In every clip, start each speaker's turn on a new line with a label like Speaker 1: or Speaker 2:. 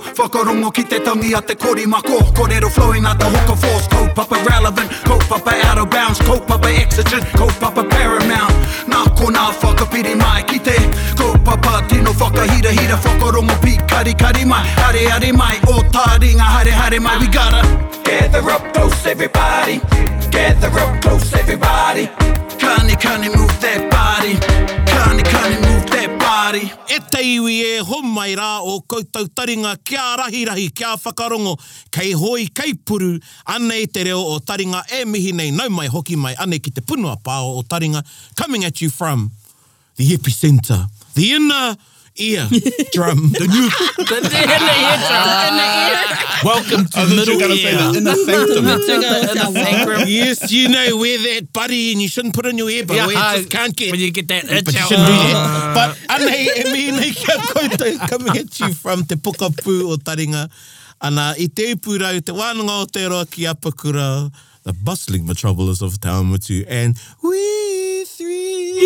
Speaker 1: Hongo ki te tangi a te korimako Korero flowing a te hoko force Kaupapa relevant, kaupapa out of bounds Kaupapa exigent, kaupapa paramount Nā ko nā whakapiri mai ki te Kaupapa tino whakahira hira Whakarongo pi kari kari mai Hare hare mai, o tā ringa hare hare mai We gotta gather up close everybody Gather up close everybody Kani kani move that body Kani kani move that body
Speaker 2: E te iwi e homai rā o koutou taringa kia rahirahi, kia whakarongo, kei hoi, kei puru, anei te reo o taringa e mihi nei, nau mai hoki mai, anei ki te punua pāo o taringa, coming at you from the epicenter, the inner ear drum, the new...
Speaker 3: The inner eardrum.
Speaker 4: Welcome to middle
Speaker 5: gonna say
Speaker 4: ear.
Speaker 5: the inner sanctum.
Speaker 3: The sacrum.
Speaker 2: yes, you know, wear that buddy and you shouldn't put it in your ear, but yeah, we just can't get...
Speaker 4: Ah, when you get that itch
Speaker 2: but you
Speaker 4: out.
Speaker 2: shouldn't do that. But anei e mihinei kia koutou coming at you from te pokapū o Taringa. Ana i te upurau te wānanga o te roa ki Apakura, the bustling metropolis of Taumatu, and we three,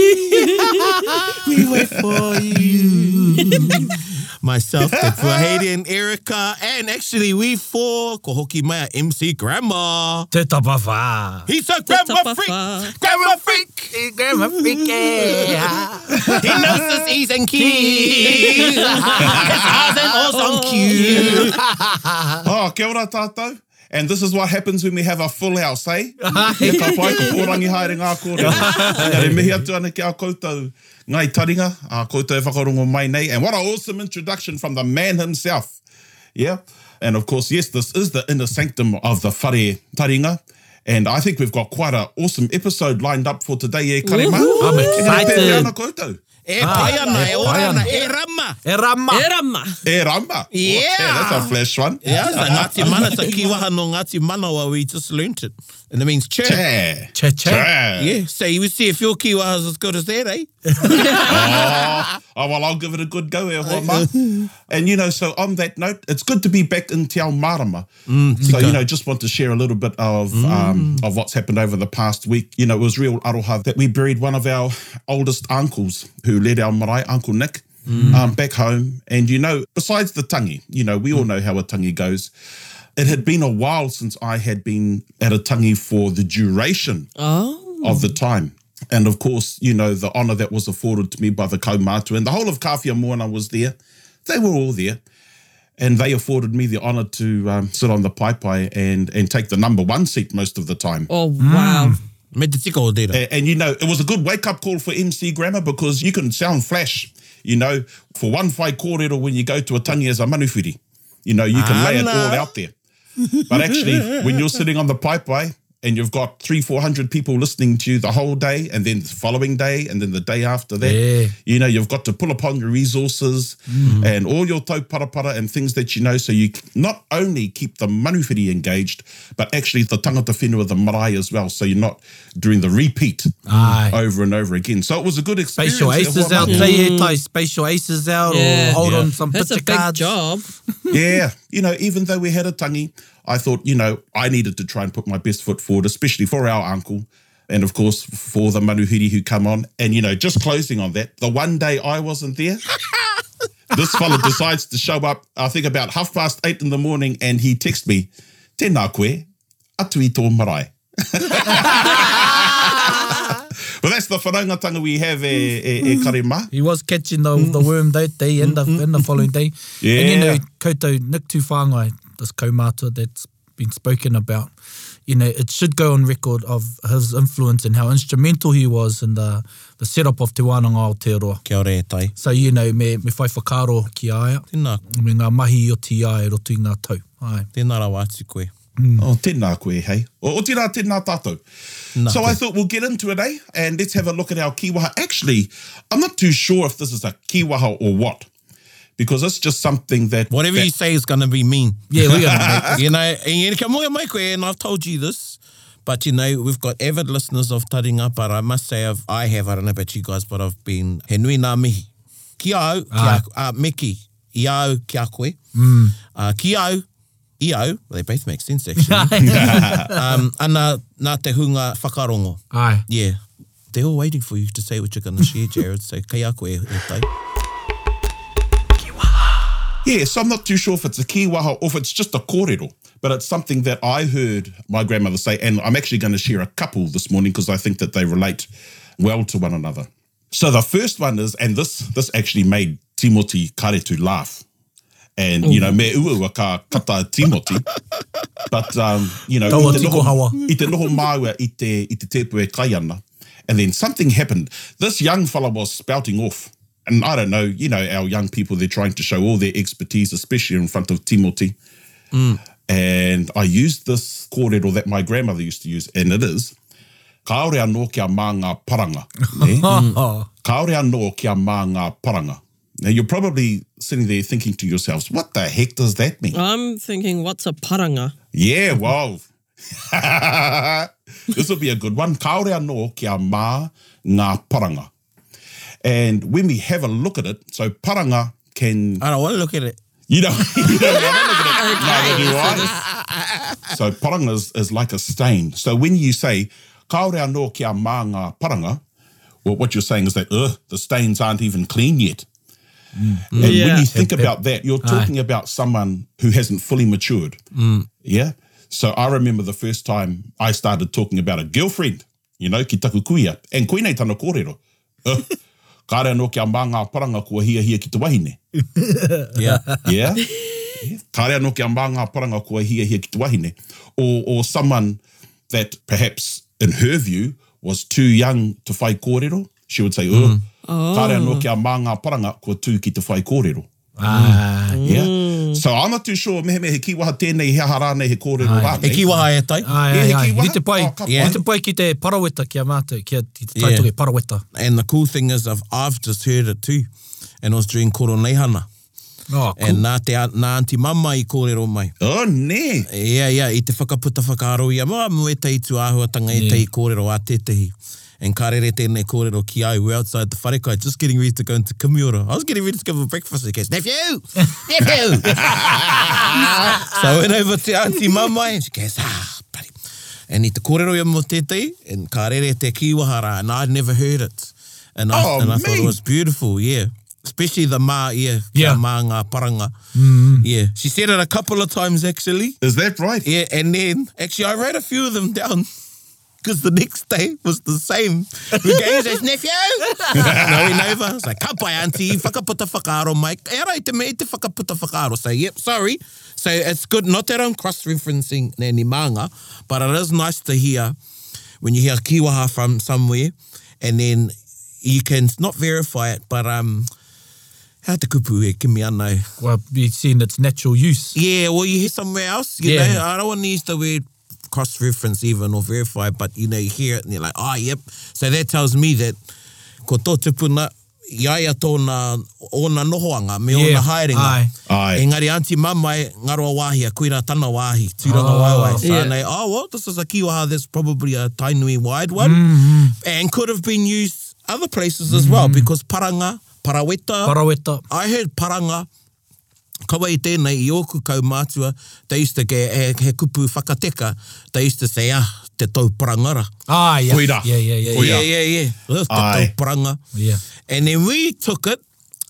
Speaker 2: we wait for you. Myself, Te Puaheiri and Erica, and actually we four, ko hoki mai a MC Grandma.
Speaker 4: Te tapa whā.
Speaker 2: He's a grandma
Speaker 3: tapa
Speaker 2: freak,
Speaker 3: whā.
Speaker 2: grandma freak.
Speaker 4: Grandma freaky.
Speaker 2: He knows his E's and keys. his R's and O's on cue.
Speaker 5: Oh, kia ora tātou. And this is what happens when we have a full house, eh? He tapai ka pōrangi haere ngā kōrero. Nā re mihi atu ana ki a koutou ngai taringa, a koutou e whakarongo mai nei. And what an awesome introduction from the man himself. Yeah. And of course, yes, this is the inner sanctum of the whare taringa. And I think we've got quite an awesome episode lined up for today, eh, Karima?
Speaker 3: Woohoo!
Speaker 4: I'm
Speaker 5: E nā pētea ana
Speaker 4: excited.
Speaker 5: koutou.
Speaker 2: E pai ana, e
Speaker 4: e
Speaker 2: ora
Speaker 4: pai
Speaker 2: ana,
Speaker 4: ana.
Speaker 2: e rama.
Speaker 4: E rama.
Speaker 3: E rama.
Speaker 5: E ramba.
Speaker 2: Yeah.
Speaker 5: that's a flash one.
Speaker 2: Yeah, it's a Ngāti mana, it's a kiwaha no Ngāti mana wā we just learnt it. And it means church.
Speaker 5: Yeah.
Speaker 4: Che che.
Speaker 5: Yeah.
Speaker 2: Yeah, so you would see if your kiwaha's as good as that, eh?
Speaker 5: oh, oh, well, I'll give it a good go, e hoa ma. And, you know, so on that note, it's good to be back in Te Ao Marama. so, you know, just want to share a little bit of um, of what's happened over the past week. You know, it was real aroha that we buried one of our oldest uncles who led our marae, Uncle Nick, um, back home. And, you know, besides the tangi, you know, we all know how a tangi goes. It had been a while since I had been at a tangi for the duration
Speaker 3: Oh.
Speaker 5: of the time. And of course, you know, the honour that was afforded to me by the Kaumatu and the whole of Kafia Moana was there. They were all there. And they afforded me the honour to um, sit on the pai pai and, and take the number one seat most of the time.
Speaker 3: Oh, wow.
Speaker 4: Mm.
Speaker 2: Me te tika o tērā.
Speaker 5: A- And, you know, it was a good wake up call for MC Grammar because you can sound flash, you know, for one whai kōrero when you go to a tangi as a manufiri. You know, you can lay it all
Speaker 2: Ala.
Speaker 5: out there. But actually, when you're sitting on the pipe way and you've got three, 400 people listening to you the whole day and then the following day and then the day after that,
Speaker 4: Yeah. Mm.
Speaker 5: you know, you've got to pull upon your resources and all your tau parapara and things that you know. So you not only keep the manufiri engaged, but actually the tangata whenua, the marae as well. So you're not doing the repeat
Speaker 4: Aye.
Speaker 5: over and over again. So it was a good experience.
Speaker 4: Spatial aces out,
Speaker 5: Yeah.
Speaker 4: te e tai spatial aces out, or
Speaker 3: Yeah.
Speaker 4: Oh, hold
Speaker 2: Yeah.
Speaker 4: on some
Speaker 3: That's a
Speaker 4: picture
Speaker 3: big
Speaker 4: cards.
Speaker 3: job.
Speaker 5: yeah, you know, even though we had a tangi, I thought, you know, I needed to try and put my best foot forward, especially for our uncle. And of course, for the manuhiri who come on. And, you know, just closing on that, the one day I wasn't there, this fella decides to show up, I think about half past eight in the morning, and he texts me, Tēnā koe, atu i tō marae. well, that's the whanaungatanga we have, e, e, e karima.
Speaker 4: He was catching the, the worm that day and the, and the following day. And you know,
Speaker 5: Yeah.
Speaker 4: koutou Nick Tu Whangai, this kaumata that's been spoken about, you know, it should go on record of his influence and how instrumental he was in the, the setup of Te Wānanga Aotearoa.
Speaker 2: Kia ora e tai.
Speaker 4: So, you know, me, me whai whakaro ki aia,
Speaker 2: Tēnā,
Speaker 4: me ngā mahi o ti aia e roto i ngā tau. Ai.
Speaker 2: tēnā rawa atu koe.
Speaker 5: Oh, tēnā koe, hey. O, o tēnā tēnā tātou. So I thought we'll get into it, eh? And let's have a look at our kiwaha. Actually, I'm not too sure if this is a kiwaha or what, because it's just something that...
Speaker 2: Whatever
Speaker 5: that,
Speaker 2: you say is going to be mean.
Speaker 4: Yeah, we're gonna make
Speaker 2: you know, and ka moe mai koe, and I've told you this, but you know, we've got avid listeners of Taringa, but I must say, I've, I have, I don't know about you guys, but I've been, he nui nā mihi. Ki au, ki a,
Speaker 4: Ah.
Speaker 2: uh, Miki, i au, ki a koe. Mm. Uh, ki au, i au, they both make sense actually. um, ana, nā te hunga whakarongo.
Speaker 4: Ai.
Speaker 2: Yeah. They're all waiting for you to say what you're going to share, Jared. So, kei a koe e tai.
Speaker 5: Yeah, so I'm not too sure if it's a kiwaha or if it's just a kōrero, but it's something that I heard my grandmother say, and I'm actually going to share a couple this morning because I think that they relate well to one another. So the first one is, and this this actually made Timothy Karetu laugh, and you know me uwa ka kata Timothy, but um, you know
Speaker 4: Taua
Speaker 5: i te
Speaker 4: tiko hawa.
Speaker 5: i te noho māua i te, i te tēpū e kai ana. And then something happened. This young fella was spouting off. And I don't know, you know, our young people, they're trying to show all their expertise, especially in front of Timothy. And I used this kōrero that my grandmother used to use, and it is, kaore anō kia mā ngā paranga. Eh? Ne?
Speaker 4: Oh,
Speaker 5: Kaore anō kia mā ngā paranga. Now, you're probably sitting there thinking to yourselves, what the heck does that mean?
Speaker 6: I'm thinking, what's a paranga?
Speaker 5: Yeah, wow. this will be a good one. Kaore anō kia mā ngā paranga. And when we have a look at it, so paranga can,
Speaker 2: I don't want to look at it.
Speaker 5: you know, you don't want to look at it. Neither do I. So paranga is, is like a stain. So when you say, kaore anō kia mā ngā paranga, well, what you're saying is that, ugh, the stains aren't even clean yet. And when
Speaker 6: Yeah.
Speaker 5: you think about that, you're talking about someone who hasn't fully matured. Yeah. So I remember the first time I started talking about a girlfriend, you know, ki taku kuia, and koinei tana kōrero. Uh, Kāre anō kia mā ngā paranga kua hia hia ki te wahine.
Speaker 2: Yeah.
Speaker 5: Yeah? Kāre anō kia mā ngā paranga kua hia hia ki te wahine. Or, or someone that perhaps, in her view, was too young to whai kōrero. She would say, oh, kāre anō kia mā ngā paranga kua tū ki te whai kōrero.
Speaker 4: ah,
Speaker 5: Yeah? So I'm not too sure, mehe mehe he kiwaha tēnei he harane he kōrero rāne.
Speaker 2: E ki waha e tai.
Speaker 4: ai,
Speaker 5: Yeah,
Speaker 4: ai,
Speaker 5: he
Speaker 4: ai.
Speaker 5: ki
Speaker 4: Ni
Speaker 5: waha.
Speaker 4: te pai,
Speaker 5: Oh, ka
Speaker 2: pai.
Speaker 4: ni te pai ki te paraweta kia mātou, kia ki te
Speaker 2: Yeah.
Speaker 4: taitore paraweta.
Speaker 2: And the cool thing is, I've, I've just heard it too. And it was during Koroneihana.
Speaker 4: Oh, cool.
Speaker 2: And nā, te, a- nā auntie mama i kōrero mai.
Speaker 5: Oh, ne.
Speaker 2: Ia, ia, i te whakaputa whakaaro ia mā mue tei tu āhuatanga e
Speaker 4: Yeah.
Speaker 2: tei kōrero a tetehi. And karere tēnei kōrero ki au, we're outside the wharekai, just getting ready to go into Kamiora. I was getting ready to go for breakfast in case, nephew! Nephew! so I went over to Auntie Mamai and she goes, ah, buddy. And i te kōrero ia mō tētei, and karere te kiwahara, and I'd never heard it. And I,
Speaker 5: Oh,
Speaker 2: and I thought it
Speaker 5: mate.
Speaker 2: was beautiful, yeah. Especially the mā, yeah,
Speaker 4: Yeah.
Speaker 2: yeah. mā ngā paranga. Mm. Yeah, she said it a couple of times actually.
Speaker 5: Is that right?
Speaker 2: Yeah, and then actually I wrote a few of them down because the next day was the same. We gave his nephew. no, we never. It's like, ka pai auntie, whakaputa whakaaro, Mike. E rai te mei te whakaputa whakaaro. So, yep, sorry. So it's good, not that I'm cross-referencing Nani Manga, but it is nice to hear when you hear kiwaha from somewhere and then you can not verify it, but um, how te kupu e, kimi anō.
Speaker 4: Well, you've seen its natural use.
Speaker 2: Yeah, well, you hear somewhere else, you
Speaker 4: Yeah.
Speaker 2: know. I don't want to use the word cross reference even or verify, but you know, you hear it and you're like, oh, yep. So that tells me that ko tō tupuna, iaia tōna, ona nohoanga, me
Speaker 4: Yeah,
Speaker 2: ona haerenga.
Speaker 4: aye.
Speaker 5: Aye.
Speaker 2: Engari, Auntie Mamai, ngaroa wāhi, a kuira tāna wāhi, tūranga
Speaker 4: Oh.
Speaker 2: oh, waiwai. So
Speaker 6: Yeah.
Speaker 2: yeah. oh, well, this is a kiwaha that's probably a tainui wide one and could have been used other places as well because paranga, paraweta,
Speaker 4: Paraweta.
Speaker 2: I heard paranga, kawa i tēnei i ōku kaumātua, they used to get, eh, he, he kupu whakateka, they used to say, ah, te tau parangara.
Speaker 4: Ah, yeah.
Speaker 5: Koira.
Speaker 4: Yeah, yeah, yeah.
Speaker 5: Koira.
Speaker 4: yeah.
Speaker 2: Yeah, yeah, yeah. Ugh, Te
Speaker 5: Aye.
Speaker 2: tau paranga.
Speaker 4: Yeah.
Speaker 2: And then we took it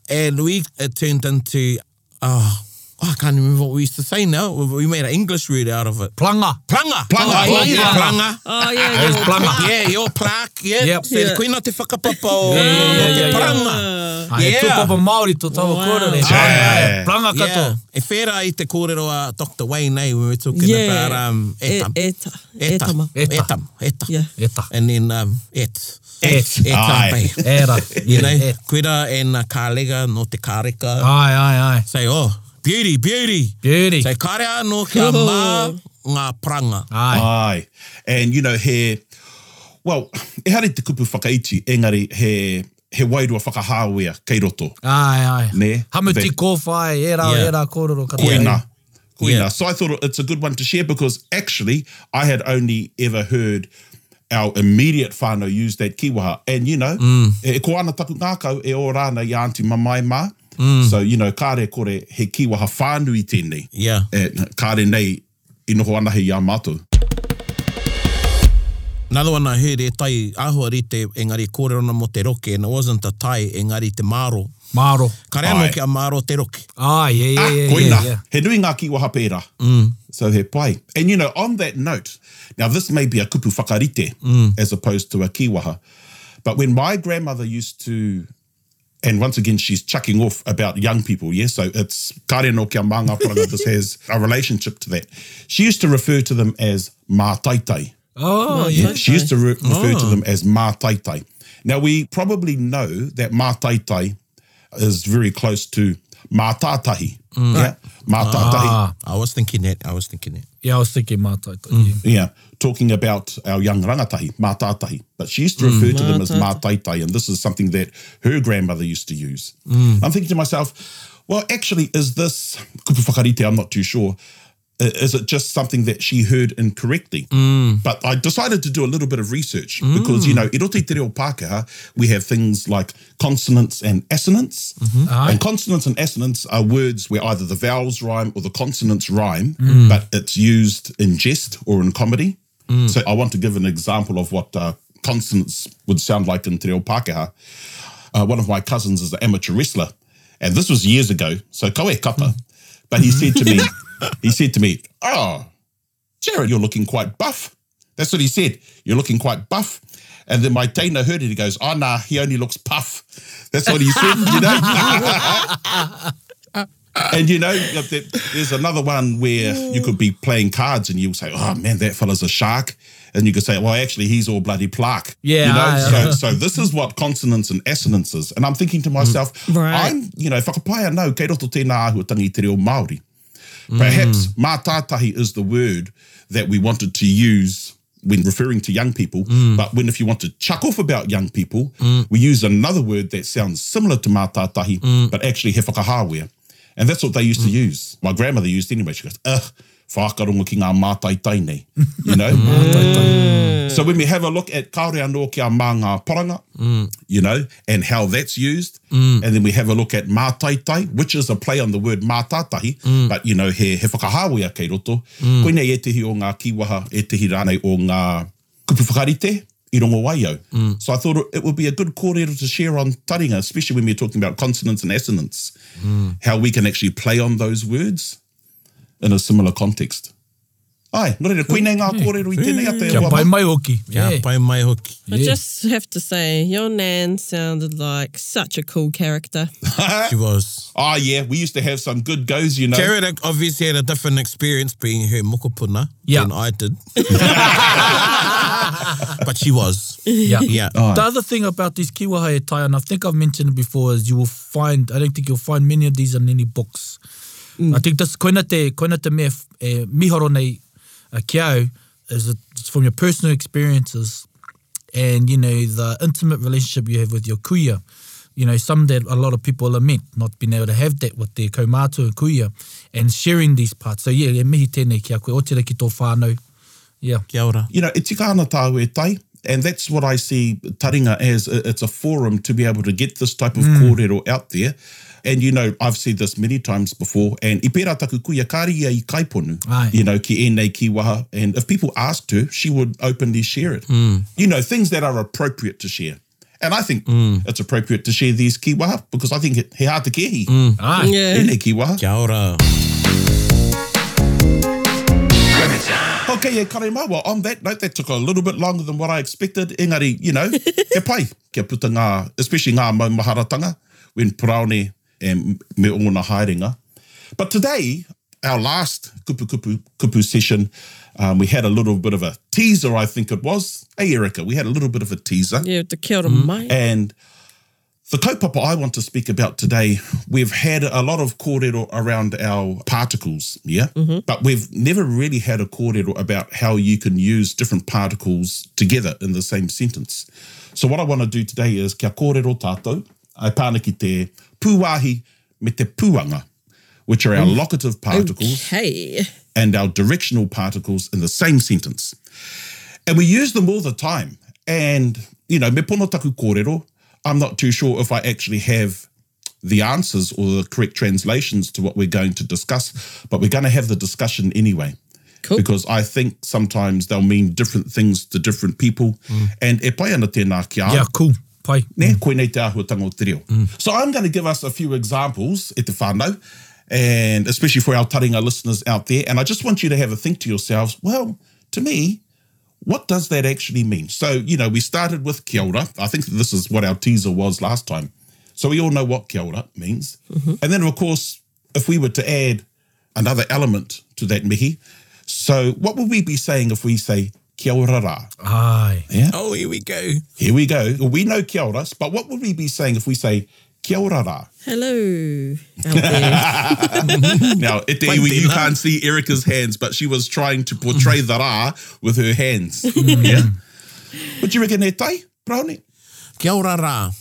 Speaker 2: and we it turned into, oh, I can't remember what we used to say now. We we made an English word out of it.
Speaker 4: Planga.
Speaker 2: Planga.
Speaker 5: Planga,
Speaker 2: Oh, yeah,
Speaker 4: planga.
Speaker 2: planga.
Speaker 6: Oh, yeah.
Speaker 4: There's
Speaker 6: yeah.
Speaker 4: planga.
Speaker 2: Yeah, your plaque, yeah.
Speaker 4: Yep.
Speaker 2: So
Speaker 6: Yeah.
Speaker 2: koina te whakapapa o
Speaker 4: Yeah, yeah,
Speaker 2: o te
Speaker 4: yeah, yeah.
Speaker 2: paranga.
Speaker 4: Ai, yeah. e tūpapa Māori tō tawa
Speaker 6: Wow.
Speaker 4: kōrere.
Speaker 6: Yeah.
Speaker 4: Ai, Planga
Speaker 2: Yeah.
Speaker 4: kato.
Speaker 2: E whera i te kōrero a Dr. Wayne, eh, when we were talking
Speaker 6: Yeah.
Speaker 2: about um,
Speaker 4: Eh,
Speaker 6: E-
Speaker 2: etam.
Speaker 6: eta. Etama.
Speaker 4: Eta.
Speaker 2: Etam. Etam.
Speaker 6: Yeah.
Speaker 4: Eta.
Speaker 2: E And then um, et.
Speaker 4: Et.
Speaker 5: Aye.
Speaker 2: Etape.
Speaker 4: Era.
Speaker 2: E You know,
Speaker 4: Yeah.
Speaker 2: kuira e nā kālega no te kāreka.
Speaker 4: Ai, ai, ai.
Speaker 2: Say, oh, beauty, beauty.
Speaker 4: Ah. Beauty.
Speaker 2: Say, kare anō kia mā ngā pranga.
Speaker 4: Ai.
Speaker 5: Aye. And, you know, he, well, e hari te kupu whakaiti, engari, he, he wairua whakahāwea kei roto.
Speaker 4: Ai, ai.
Speaker 5: Ne.
Speaker 4: Hamuti
Speaker 5: They-
Speaker 4: kōwhai, e rā,
Speaker 2: Yeah.
Speaker 4: e rā kōrero kato.
Speaker 5: Koina. Koina.
Speaker 2: Yeah.
Speaker 5: So I thought it's a good one to share because actually I had only ever heard our immediate whānau use that kiwaha. And, you know,
Speaker 2: Mm.
Speaker 5: e ko ana taku ngākau e o rāna i Auntie Mamai mā.
Speaker 2: Mm.
Speaker 5: So, you know, kāre kore he kiwaha whānui tēnei.
Speaker 2: Yeah.
Speaker 5: E, kāre nei, i noho ana hei a mātou.
Speaker 2: Another one I heard e tai ahoa rite engari kōrero na mo te roke and it wasn't a tai engari te māro.
Speaker 4: Maro.
Speaker 2: Ka rea nō
Speaker 5: Ai.
Speaker 2: ki a maro te roki.
Speaker 4: Ah, yeah, yeah,
Speaker 5: Ah,
Speaker 4: yeah,
Speaker 5: koina.
Speaker 4: yeah, yeah. Mm.
Speaker 5: He nui ngā kiwa pērā. So he pai. And you know, on that note, now this may be a kupu whakarite
Speaker 4: Mm.
Speaker 5: as opposed to a kiwaha. But when my grandmother used to, and once again, she's chucking off about young people, yeah? So it's kare no kia mā ngā poranga, this has a relationship to that. She used to refer to them as mā taitai.
Speaker 4: Oh,
Speaker 5: Yeah,
Speaker 4: yeah.
Speaker 5: she used to re- refer to them as mā taitai. Now, we probably know that mā taitai is very close to mā tātahi. Yeah? Mā tātahi.
Speaker 2: I was thinking that, I was thinking that.
Speaker 4: Yeah, I was thinking Mātai. Mm. Yeah.
Speaker 5: Yeah, talking about our young rangatahi, mātātahi. But she used to refer to them as mātaitai, and this is something that her grandmother used to use. I'm thinking to myself, well, actually, is this kupu whakarite? I'm not too sure. I- Is it just something that she heard incorrectly? But I decided to do a little bit of research because, you know, i roto i te reo Pākehā, we have things like consonants and assonants. And consonants and assonants are words where either the vowels rhyme or the consonants rhyme, but it's used in jest or in comedy. So I want to give an example of what uh, consonants would sound like in te reo Pākehā. Uh, one of my cousins is an amateur wrestler, and this was years ago, so koe kapa. But he said to me, he said to me, oh, Jared, you're looking quite buff. That's what he said. You're looking quite buff. And then my Dana heard it. He goes, oh, nah, he only looks puff. That's what he said, you know? and, you know, if there- there's another one where you could be playing cards and you'll say, oh, man, that fella's a shark. And you could say, well, actually, he's all bloody plaque.
Speaker 4: Yeah,
Speaker 5: You know?
Speaker 4: aye,
Speaker 5: so,
Speaker 4: aye.
Speaker 5: so this is what consonants and assonants is. And I'm thinking to myself,
Speaker 6: Right.
Speaker 5: I'm, you know, whakapaia nau, kei roto tēnā ahuatangi i te reo Māori. Perhaps mātātahi is the word that we wanted to use when referring to young people, but when if you want to chuck off about young people, we use another word that sounds similar to mātātahi, but actually he whakahāwea. And that's what they used to use. My grandmother used anyway. She goes, ugh, whākarongo ki ngā mātaitai nei. You know? So when we have a look at kaore anō ki a mā ngā poranga, you know, and how that's used, and then we have a look at mātaitai, which is a play on the word mātātahi, but you know, he, he whakahāwea kei roto, koina e tehi o ngā kiwaha, e tehi rānei o ngā kupu whakarite, i rongo wai au. So I thought it would be a good kōrero to share on taringa, especially when we're talking about consonants and assonants, how we can actually play on those words in a similar context. Ai, no reira, koinei ngā kōrero i tēnei a te
Speaker 4: Kia
Speaker 5: wā
Speaker 4: pai
Speaker 5: mā.
Speaker 4: mai hoki.
Speaker 2: Yeah,
Speaker 4: Yeah.
Speaker 2: pai mai hoki.
Speaker 6: I just have to say, your nan sounded like such a cool character.
Speaker 2: She was.
Speaker 5: Oh yeah, we used to have some good goes, you know.
Speaker 2: Jared obviously had a different experience being her mokopuna
Speaker 4: Yeah.
Speaker 2: than I did. but she was.
Speaker 4: Yeah.
Speaker 2: Yeah.
Speaker 4: The other thing about these kiwaha e tai, and I think I've mentioned it before, is you will find, I don't think you'll find many of these in any books.
Speaker 2: Mm.
Speaker 4: I think this, koina te, koina te mea, f- e, mihoro nei uh, ki au, is it, it's from your personal experiences and, you know, the intimate relationship you have with your kuya. You know, some that a lot of people lament, not being able to have that with their kaumātua and kuya, and sharing these parts. So yeah, e mihi tēnei ki a koe, o te reki tō whānau. Yeah.
Speaker 2: Kia ora.
Speaker 5: You know, e tika ana tāu e tai, and that's what I see Taringa as. I- It's a forum to be able to get this type of kōrero out there. And you know, I've seen this many times before. And i pērā taku kuia kāri ia i kaiponu,
Speaker 4: Aye.
Speaker 5: you know, ki ēnei ki waha. And if people asked her, she would openly share it. You know, things that are appropriate to share. And I think it's appropriate to share these ki waha because I think he, he hā te kehi. Mm.
Speaker 4: Aye.
Speaker 6: Yeah.
Speaker 5: Ēnei ki waha.
Speaker 2: Kia ora.
Speaker 5: Okay, yeah, kare mau. Well, on that note, that took a little bit longer than what I expected. Engari, you know, e pai, kia puta ngā, especially ngā mau maharatanga, when Puraone and me o ngā haerenga. But today, our last kupu kupu kupu session, um, we had a little bit of a teaser, I think it was. Hey, Erica, we had a little bit of a teaser.
Speaker 6: Yeah, the kia ora
Speaker 4: Mm.
Speaker 6: mai.
Speaker 4: Eh,
Speaker 5: And the kaupapa I want to speak about today, we've had a lot of kōrero around our particles, yeah? But we've never really had a kōrero about how you can use different particles together in the same sentence. So what I want to do today is kia kōrero tātou, ai pāna ki te pūahi me te pūanga, which are our locative particles
Speaker 6: Okay.
Speaker 5: and our directional particles in the same sentence. And we use them all the time. And, you know, me pono taku kōrero, I'm not too sure if I actually have the answers or the correct translations to what we're going to discuss, but we're going to have the discussion anyway.
Speaker 6: Cool.
Speaker 5: Because I think sometimes they'll mean different things to different people. And e pai ana tēnā ki a,
Speaker 4: Yeah, cool. Pai.
Speaker 5: Ne? Koe nei te āhuatanga o te reo. So I'm going to give us a few examples e te whānau, and especially for our taringa listeners out there. And I just want you to have a think to yourselves, well, to me, what does that actually mean? So, you know, we started with kia ora. I think this is what our teaser was last time. So we all know what kia ora means. And then, of course, if we were to add another element to that, Mickey, so what would we be saying if we say kia ora rā?
Speaker 4: Ai.
Speaker 2: Oh, here we go.
Speaker 5: Here we go. We know kia oras, but what would we be saying if we say kia ora rā?
Speaker 6: Hello out there.
Speaker 5: Now, e te iwi, you can't see Erica's hands, but she was trying to portray the rā with her hands. yeah? Mm. What do you reckon e tai, Brownie?
Speaker 2: Kia ora rā.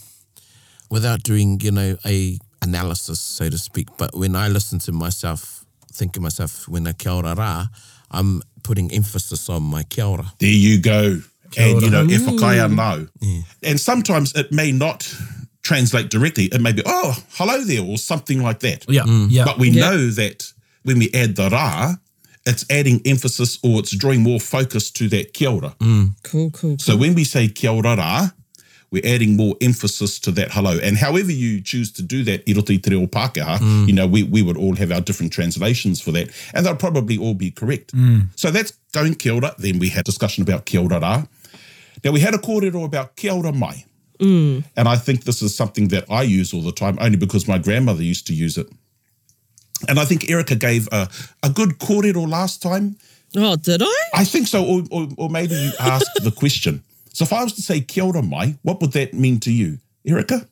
Speaker 2: Without doing, you know, a analysis, so to speak, but when I listen to myself, think of myself when I kia ora rā, I'm putting emphasis on my kia ora.
Speaker 5: There you go. and, you
Speaker 4: ora.
Speaker 5: know, e whakai anō. And sometimes it may not translate directly. It may be, oh, hello there, or something like that.
Speaker 4: Yeah, yeah.
Speaker 5: But we
Speaker 6: Yeah.
Speaker 5: know that when we add the rā, it's adding emphasis or it's drawing more focus to that kia ora.
Speaker 6: cool, cool.
Speaker 5: So when we say kia ora rā, we're adding more emphasis to that hello. And however you choose to do that, i roto i te reo Pākehā, you know, we, we would all have our different translations for that. And they'll probably all be correct. So that's going kia ora. Then we had discussion about kia ora rā. Now we had a kōrero about kia ora mai. And I think this is something that I use all the time, only because my grandmother used to use it. And I think Erica gave a, a good kōrero last time.
Speaker 6: Oh, did I?
Speaker 5: I think so, or, or, or maybe you asked the question. So if I was to say kia ora mai, what would that mean to you, Erica?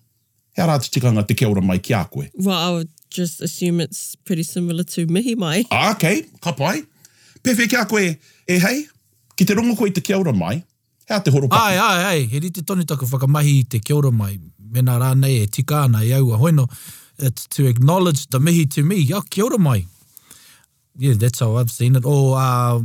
Speaker 5: How rā te tikanga te kia ora mai ki a koe?
Speaker 6: Well, I would just assume it's pretty similar to mihi mai.
Speaker 5: Ah, okay, ka pai. Pewhi ki a koe, e hei, ki te rongo koe i te kia ora mai, hea te
Speaker 4: Ai,
Speaker 5: horopaki.
Speaker 4: ai, ai. He rite tonu taku whakamahi i te kia ora mai. Mena rānei e tika ana i aua. Hoino, it's to acknowledge the mihi to me. Yeah, kia ora mai. Yeah, that's how I've seen it. Or, uh,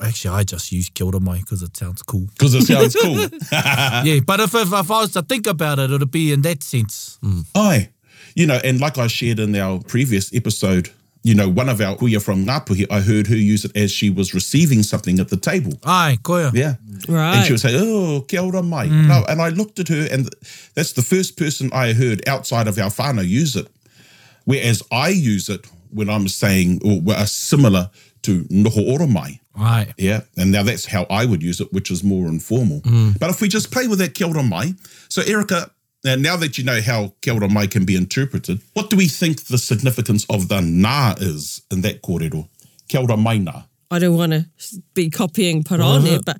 Speaker 4: actually, I just use kia ora mai because it sounds cool.
Speaker 5: Because it sounds cool. Uh,
Speaker 4: yeah, but if, if, if I was to think about it, it would be in that sense.
Speaker 5: Aye. You know, and like I shared in our previous episode, you know, one of our kuya from Ngāpuhi, I heard her use it as she was receiving something at the table.
Speaker 4: Ai, koia.
Speaker 5: Yeah. And
Speaker 6: Right.
Speaker 5: she would say, oh, kia ora mai. No, and I looked at her, and that's the first person I heard outside of our whānau use it. Whereas I use it when I'm saying, or well, uh, similar to noho ora mai.
Speaker 4: Ai.
Speaker 5: Yeah. And now that's how I would use it, which is more informal. But if we just play with that kia ora mai, so Erica, uh, now that you know how kia ora mai can be interpreted, what do we think the significance of the na is in that kōrero? Kia ora mai na.
Speaker 6: I don't want to be copying put on
Speaker 4: Uh-huh.
Speaker 6: there, but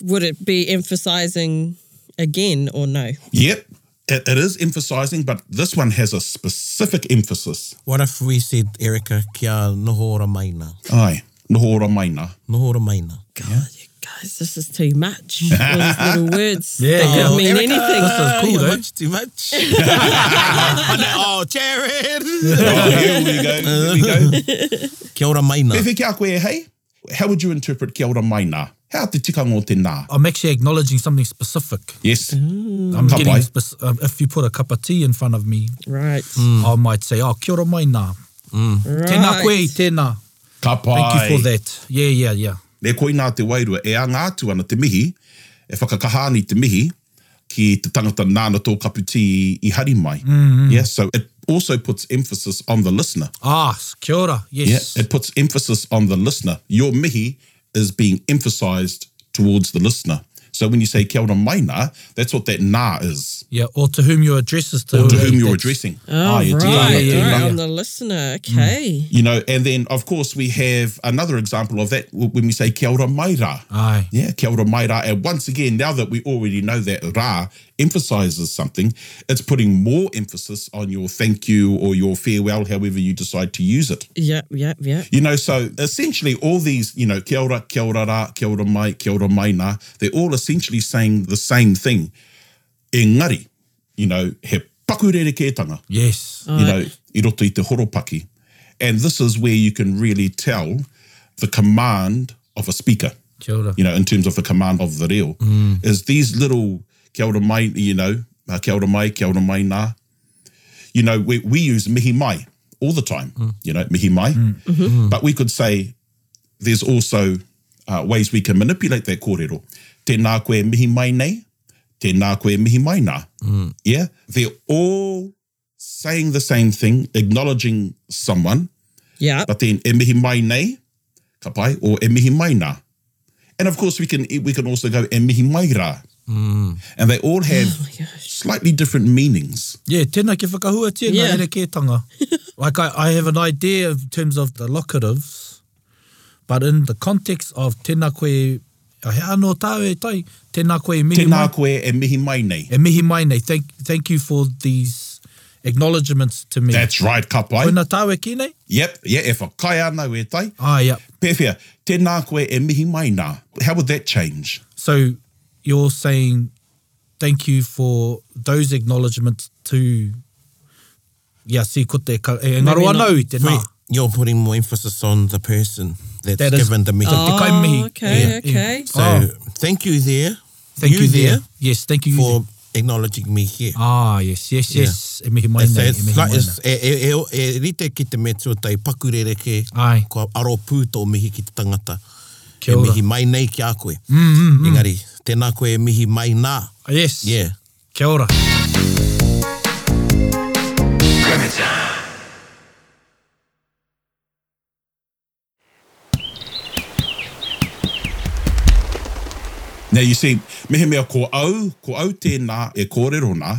Speaker 6: would it be emphasizing again or no?
Speaker 5: Yep. It, it is emphasizing, but this one has a specific emphasis.
Speaker 2: What if we said, Erica, kia noho ora mai nā?
Speaker 5: Aye. Noho ora mai na.
Speaker 2: Noho ora mai nā.
Speaker 6: God, Oh, you guys, this is too much. All these little words
Speaker 4: Yeah,
Speaker 6: that
Speaker 4: yeah.
Speaker 6: don't mean
Speaker 2: Erica,
Speaker 6: anything.
Speaker 4: This is cool,
Speaker 2: you're
Speaker 4: though.
Speaker 2: much too much. oh, Jared.
Speaker 5: Oh, here we go. Here we go.
Speaker 2: Kia ora mai nā.
Speaker 5: Pewhi kia koe e hei, how would you interpret kia ora mai na? How te tikanga o te na?
Speaker 4: I'm actually acknowledging something specific.
Speaker 5: Yes.
Speaker 4: I'm
Speaker 5: Ka pai.
Speaker 4: getting spec- um, if you put a cup of tea in front of me,
Speaker 6: Right.
Speaker 4: I might say, oh, kia ora mai nā.
Speaker 6: right.
Speaker 4: Tēnā koe i tēnā.
Speaker 5: Ka pai.
Speaker 4: Thank you for that. Yeah, yeah, yeah.
Speaker 5: Ne koina te wairua, e anga atu ana te mihi, e whakakahani te mihi, ki te tangata nāna tō kaputi i hari mai.
Speaker 4: Mm-hmm.
Speaker 5: Yeah, so it also puts emphasis on the listener.
Speaker 4: Ah, s- kia ora. Yes.
Speaker 5: Yeah, it puts emphasis on the listener. Your mihi is being emphasized towards the listener. So when you say kia ora mai na, that's what that na is,
Speaker 4: Yeah, or to whom your address is to.
Speaker 5: to whom you're
Speaker 4: That's-
Speaker 5: addressing.
Speaker 6: Oh,
Speaker 5: Ai, e
Speaker 6: right.
Speaker 5: te kāna te
Speaker 4: yeah,
Speaker 5: na.
Speaker 6: right. I'm the listener. Okay.
Speaker 5: You know, and then of course we have another example of that when we say kia ora mai rā.
Speaker 4: Aye.
Speaker 5: Yeah, kia ora mai rā. And once again, now that we already know that rā emphasizes something, it's putting more emphasis on your thank you or your farewell, however you decide to use it.
Speaker 6: Yep, yep, yep.
Speaker 5: You know, so essentially all these, you know, kia ora, kia ora rā, kia ora mai, kia ora mai nā, they're all essentially saying the same thing. Engari, you know, he pakurerekētanga
Speaker 4: Yes.
Speaker 5: you know, i roto i te horopaki. And this is where you can really tell the command of a speaker,
Speaker 4: Kia ora.
Speaker 5: you know, in terms of the command of the reo, is these little kia ora mai, you know, uh, kia ora mai, kia ora mai nā. You know, we, we use mihi mai all the time, you know, mihi mai. But we could say there's also uh, ways we can manipulate that kōrero. Tēnā koe mihi mai nei, tēnā koe mihi mai nā. Yeah? They're all saying the same thing, acknowledging someone,
Speaker 6: Yeah.
Speaker 4: Oh.
Speaker 5: but then e mihi mai nei, ka pai, or e mihi mai nā. And of course, we can, we can also go e mihi mai rā.
Speaker 4: Mm.
Speaker 5: And they all have
Speaker 6: Oh, Mm.
Speaker 5: slightly different meanings.
Speaker 4: Yeah, tēnā ke whakahua tia yeah.
Speaker 6: Yeah.
Speaker 4: ngā ere kētanga. like I, I have an idea in terms of the locatives, but in the context of tēnā koe, a hea anō tāwe tai, tēnā koe mihi
Speaker 5: Tēnā
Speaker 4: mai,
Speaker 5: koe e mihi mai nei.
Speaker 4: e mihi mai nei. Thank, thank you for these acknowledgements to me.
Speaker 5: That's right, ka pai.
Speaker 4: Koina tāwe ki nei?
Speaker 5: Yep, yeah, e whakai ana e tai.
Speaker 4: e Ah, yeah.
Speaker 5: Pewhia, tēnā koe e mihi mai nā. How would that change?
Speaker 4: So you're saying thank you for those acknowledgements to yeah, see ko te ka, e, ngaro
Speaker 6: Maybe not.
Speaker 4: anau i te nā.
Speaker 2: Wait, you're putting more emphasis on the person that's
Speaker 4: That is-
Speaker 2: given the meeting.
Speaker 4: Te
Speaker 6: Oh,
Speaker 4: kaimihi.
Speaker 6: okay, okay.
Speaker 2: So thank you there.
Speaker 4: Thank you, there. Yes, thank you
Speaker 2: for
Speaker 4: there.
Speaker 2: acknowledging me here.
Speaker 4: Ah, yes, yes, yes. Yeah. E mihi mai
Speaker 2: And so
Speaker 4: nei, e
Speaker 2: it's
Speaker 4: mihi
Speaker 2: like,
Speaker 4: mai
Speaker 2: it's,
Speaker 4: nei.
Speaker 2: e, e, e, o- e rite ki te me tuatai pakurere ke
Speaker 4: Ai.
Speaker 2: ko aro pū tō mihi ki te tangata.
Speaker 4: Kia
Speaker 2: e
Speaker 4: ora. Mm-hmm.
Speaker 2: mihi mai nei ki a koe. Mm, mm, mm. Engari, tēnā koe e mihi mai nā.
Speaker 4: Ah, Yes.
Speaker 2: Yeah.
Speaker 4: Kia ora.
Speaker 5: Now, you see, mehe mea ko au, ko au tēnā e kōrero nā,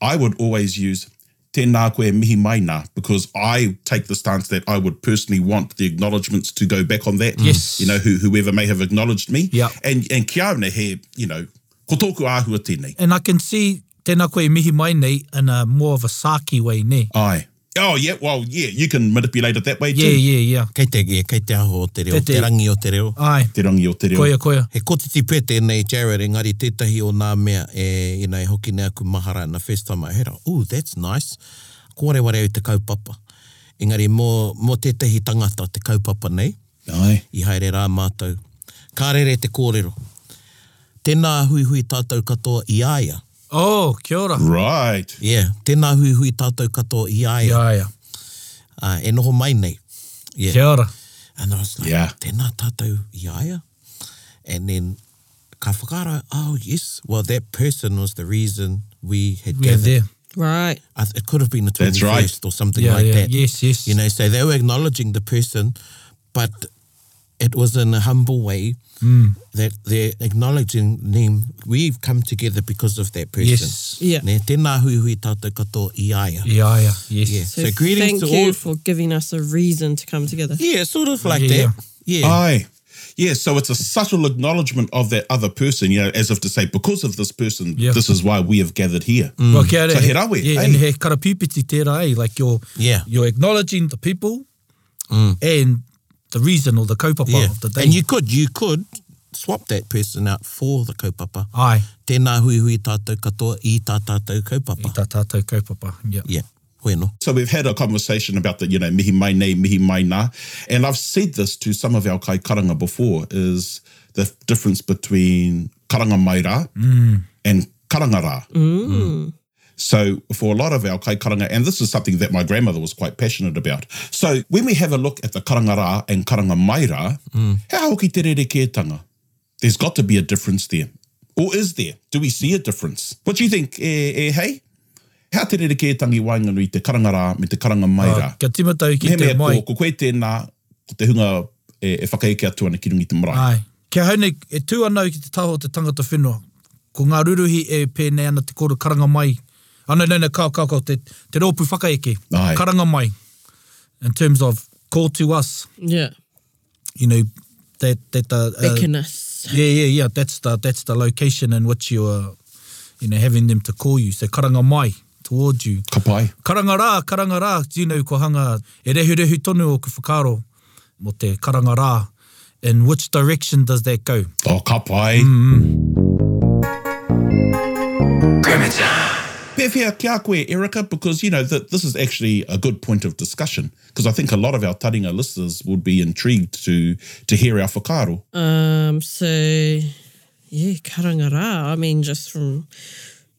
Speaker 5: I would always use tēnā koe e mihi mai nā because I take the stance that I would personally want the acknowledgements to go back on that.
Speaker 4: Yes.
Speaker 5: You know, who, whoever may have acknowledged me.
Speaker 4: Yeah.
Speaker 5: And, and kia ora he, you know, ko tōku āhua tēnei.
Speaker 4: And I can see tēnā koe e mihi mai nei in a more of a saki way, ne?
Speaker 5: Ai. Oh, yeah, well, yeah, you can manipulate it that way
Speaker 4: Yeah,
Speaker 5: too.
Speaker 4: yeah, yeah.
Speaker 2: Kei te, e, kei te aho o te reo,
Speaker 4: Te te-
Speaker 2: te rangi o te reo.
Speaker 4: Ai,
Speaker 5: Te rangi o te reo.
Speaker 4: koia, koia.
Speaker 2: He kotiti pē tēnei Jared, engari tētahi o nā mea e, you know, e hoki nea ku mahara na first time I heard it. Ooh, that's nice. Kōrere ware au te kaupapa. Engari, mō, mō tētahi tangata te kaupapa nei,
Speaker 5: Ai.
Speaker 2: i haere rā mātou. Kārere te kōrero. Tēnā hui hui tātou katoa i aia.
Speaker 4: Oh, kia ora.
Speaker 5: Right.
Speaker 2: Yeah, tēnā hui hui tātou katoa i aia.
Speaker 4: Yeah, yeah.
Speaker 2: Uh, e noho mai nei. Yeah.
Speaker 4: Kia ora.
Speaker 2: And I was like,
Speaker 5: Yeah.
Speaker 2: tēnā tātou i aia. And then, ka whakara, oh yes, well that person was the reason we had
Speaker 4: We are
Speaker 2: gathered.
Speaker 4: there.
Speaker 6: Right.
Speaker 2: I th- It could have been the 21st
Speaker 5: That's right.
Speaker 2: or something
Speaker 4: Yeah,
Speaker 2: like
Speaker 4: yeah.
Speaker 2: that.
Speaker 4: Yes, yes.
Speaker 2: You know, so they were acknowledging the person, but it was in a humble way
Speaker 4: Hmm.
Speaker 2: that they're acknowledging them. We've come together because of that person.
Speaker 4: Yes.
Speaker 6: Yeah.
Speaker 2: Ne, tēnā hui hui tātou katoa i aia.
Speaker 4: Yeah, yeah. Yes.
Speaker 2: Yeah.
Speaker 6: So,
Speaker 2: So greetings
Speaker 6: thank
Speaker 2: to
Speaker 6: you
Speaker 2: all-
Speaker 6: for giving us a reason to come together.
Speaker 2: Yeah, sort of like
Speaker 4: Yeah,
Speaker 2: that. Yeah.
Speaker 5: Aye. Yeah, so it's a subtle acknowledgement of that other person, you know, as if to say, because of this person,
Speaker 4: Yeah.
Speaker 5: this is why we have gathered here.
Speaker 2: Hmm.
Speaker 4: Well, kia ora,
Speaker 5: So
Speaker 4: he-
Speaker 5: he rawe,
Speaker 4: yeah,
Speaker 5: eh?
Speaker 4: and he karapipiti tērā, eh? Like you're,
Speaker 2: Yeah. Mm.
Speaker 4: you're acknowledging the people and the reason or the kaupapa
Speaker 2: yeah.
Speaker 4: of the day.
Speaker 2: And you could, you could swap that person out for the kaupapa.
Speaker 4: Ai,
Speaker 2: Tēnā hui hui tātou katoa i tā tātou kaupapa.
Speaker 4: i tā tātou kaupapa. Yeah.
Speaker 2: Yeah, hoi no.
Speaker 5: So we've had a conversation about the, you know, mihi mai nei, mihi mai na. And I've said this to some of our kai karanga before is the difference between karanga mai rā and karanga rā.
Speaker 4: Mm.
Speaker 5: So for a lot of our kai karanga, and this is something that my grandmother was quite passionate about. So when we have a look at the karanga rā and karanga mai rā,
Speaker 4: Mm.
Speaker 5: he hoki te rerekētanga. There's got to be a difference there. Or is there? Do we see a difference? What do you think, eh, eh, hey? Hea te rerekētangi wainganui te karanga rā me te karanga mai rā?
Speaker 4: Kia timatau Oh, ki
Speaker 5: He
Speaker 4: te
Speaker 5: mea
Speaker 4: mai.
Speaker 5: ko, ko koe tēnā, ko te hunga e, e whakaeke atu ana ki rungi te marae.
Speaker 4: Ai. Kia hau nei, e tū anau ki te taho o te tangata whenua. Ko ngā ruruhi e pēnei ana te koro karanga mai. Anau, nau, nau, kau, kau, kau, te, te rōpū whakaeke.
Speaker 5: Ai.
Speaker 4: Karanga mai. In terms of call to us,
Speaker 6: Yeah.
Speaker 4: you know, that, that uh,
Speaker 6: Beckon us.
Speaker 4: Yeah, yeah, yeah. That's the that's the location in which you are, you know, having them to call you. So karanga mai towards you.
Speaker 5: Ka pai.
Speaker 4: Karanga rā, karanga rā, you know, ko hanga e rehu rehu tonu o ku whakaro mo te karanga rā. In which direction does that go?
Speaker 5: O, Oh, ka pai. Pewhia kia koe, Erica, because, you know, that this is actually a good point of discussion because I think a lot of our taringa listeners would be intrigued to to hear our whakaro.
Speaker 6: Um, so, yeah, karangara. I mean, just from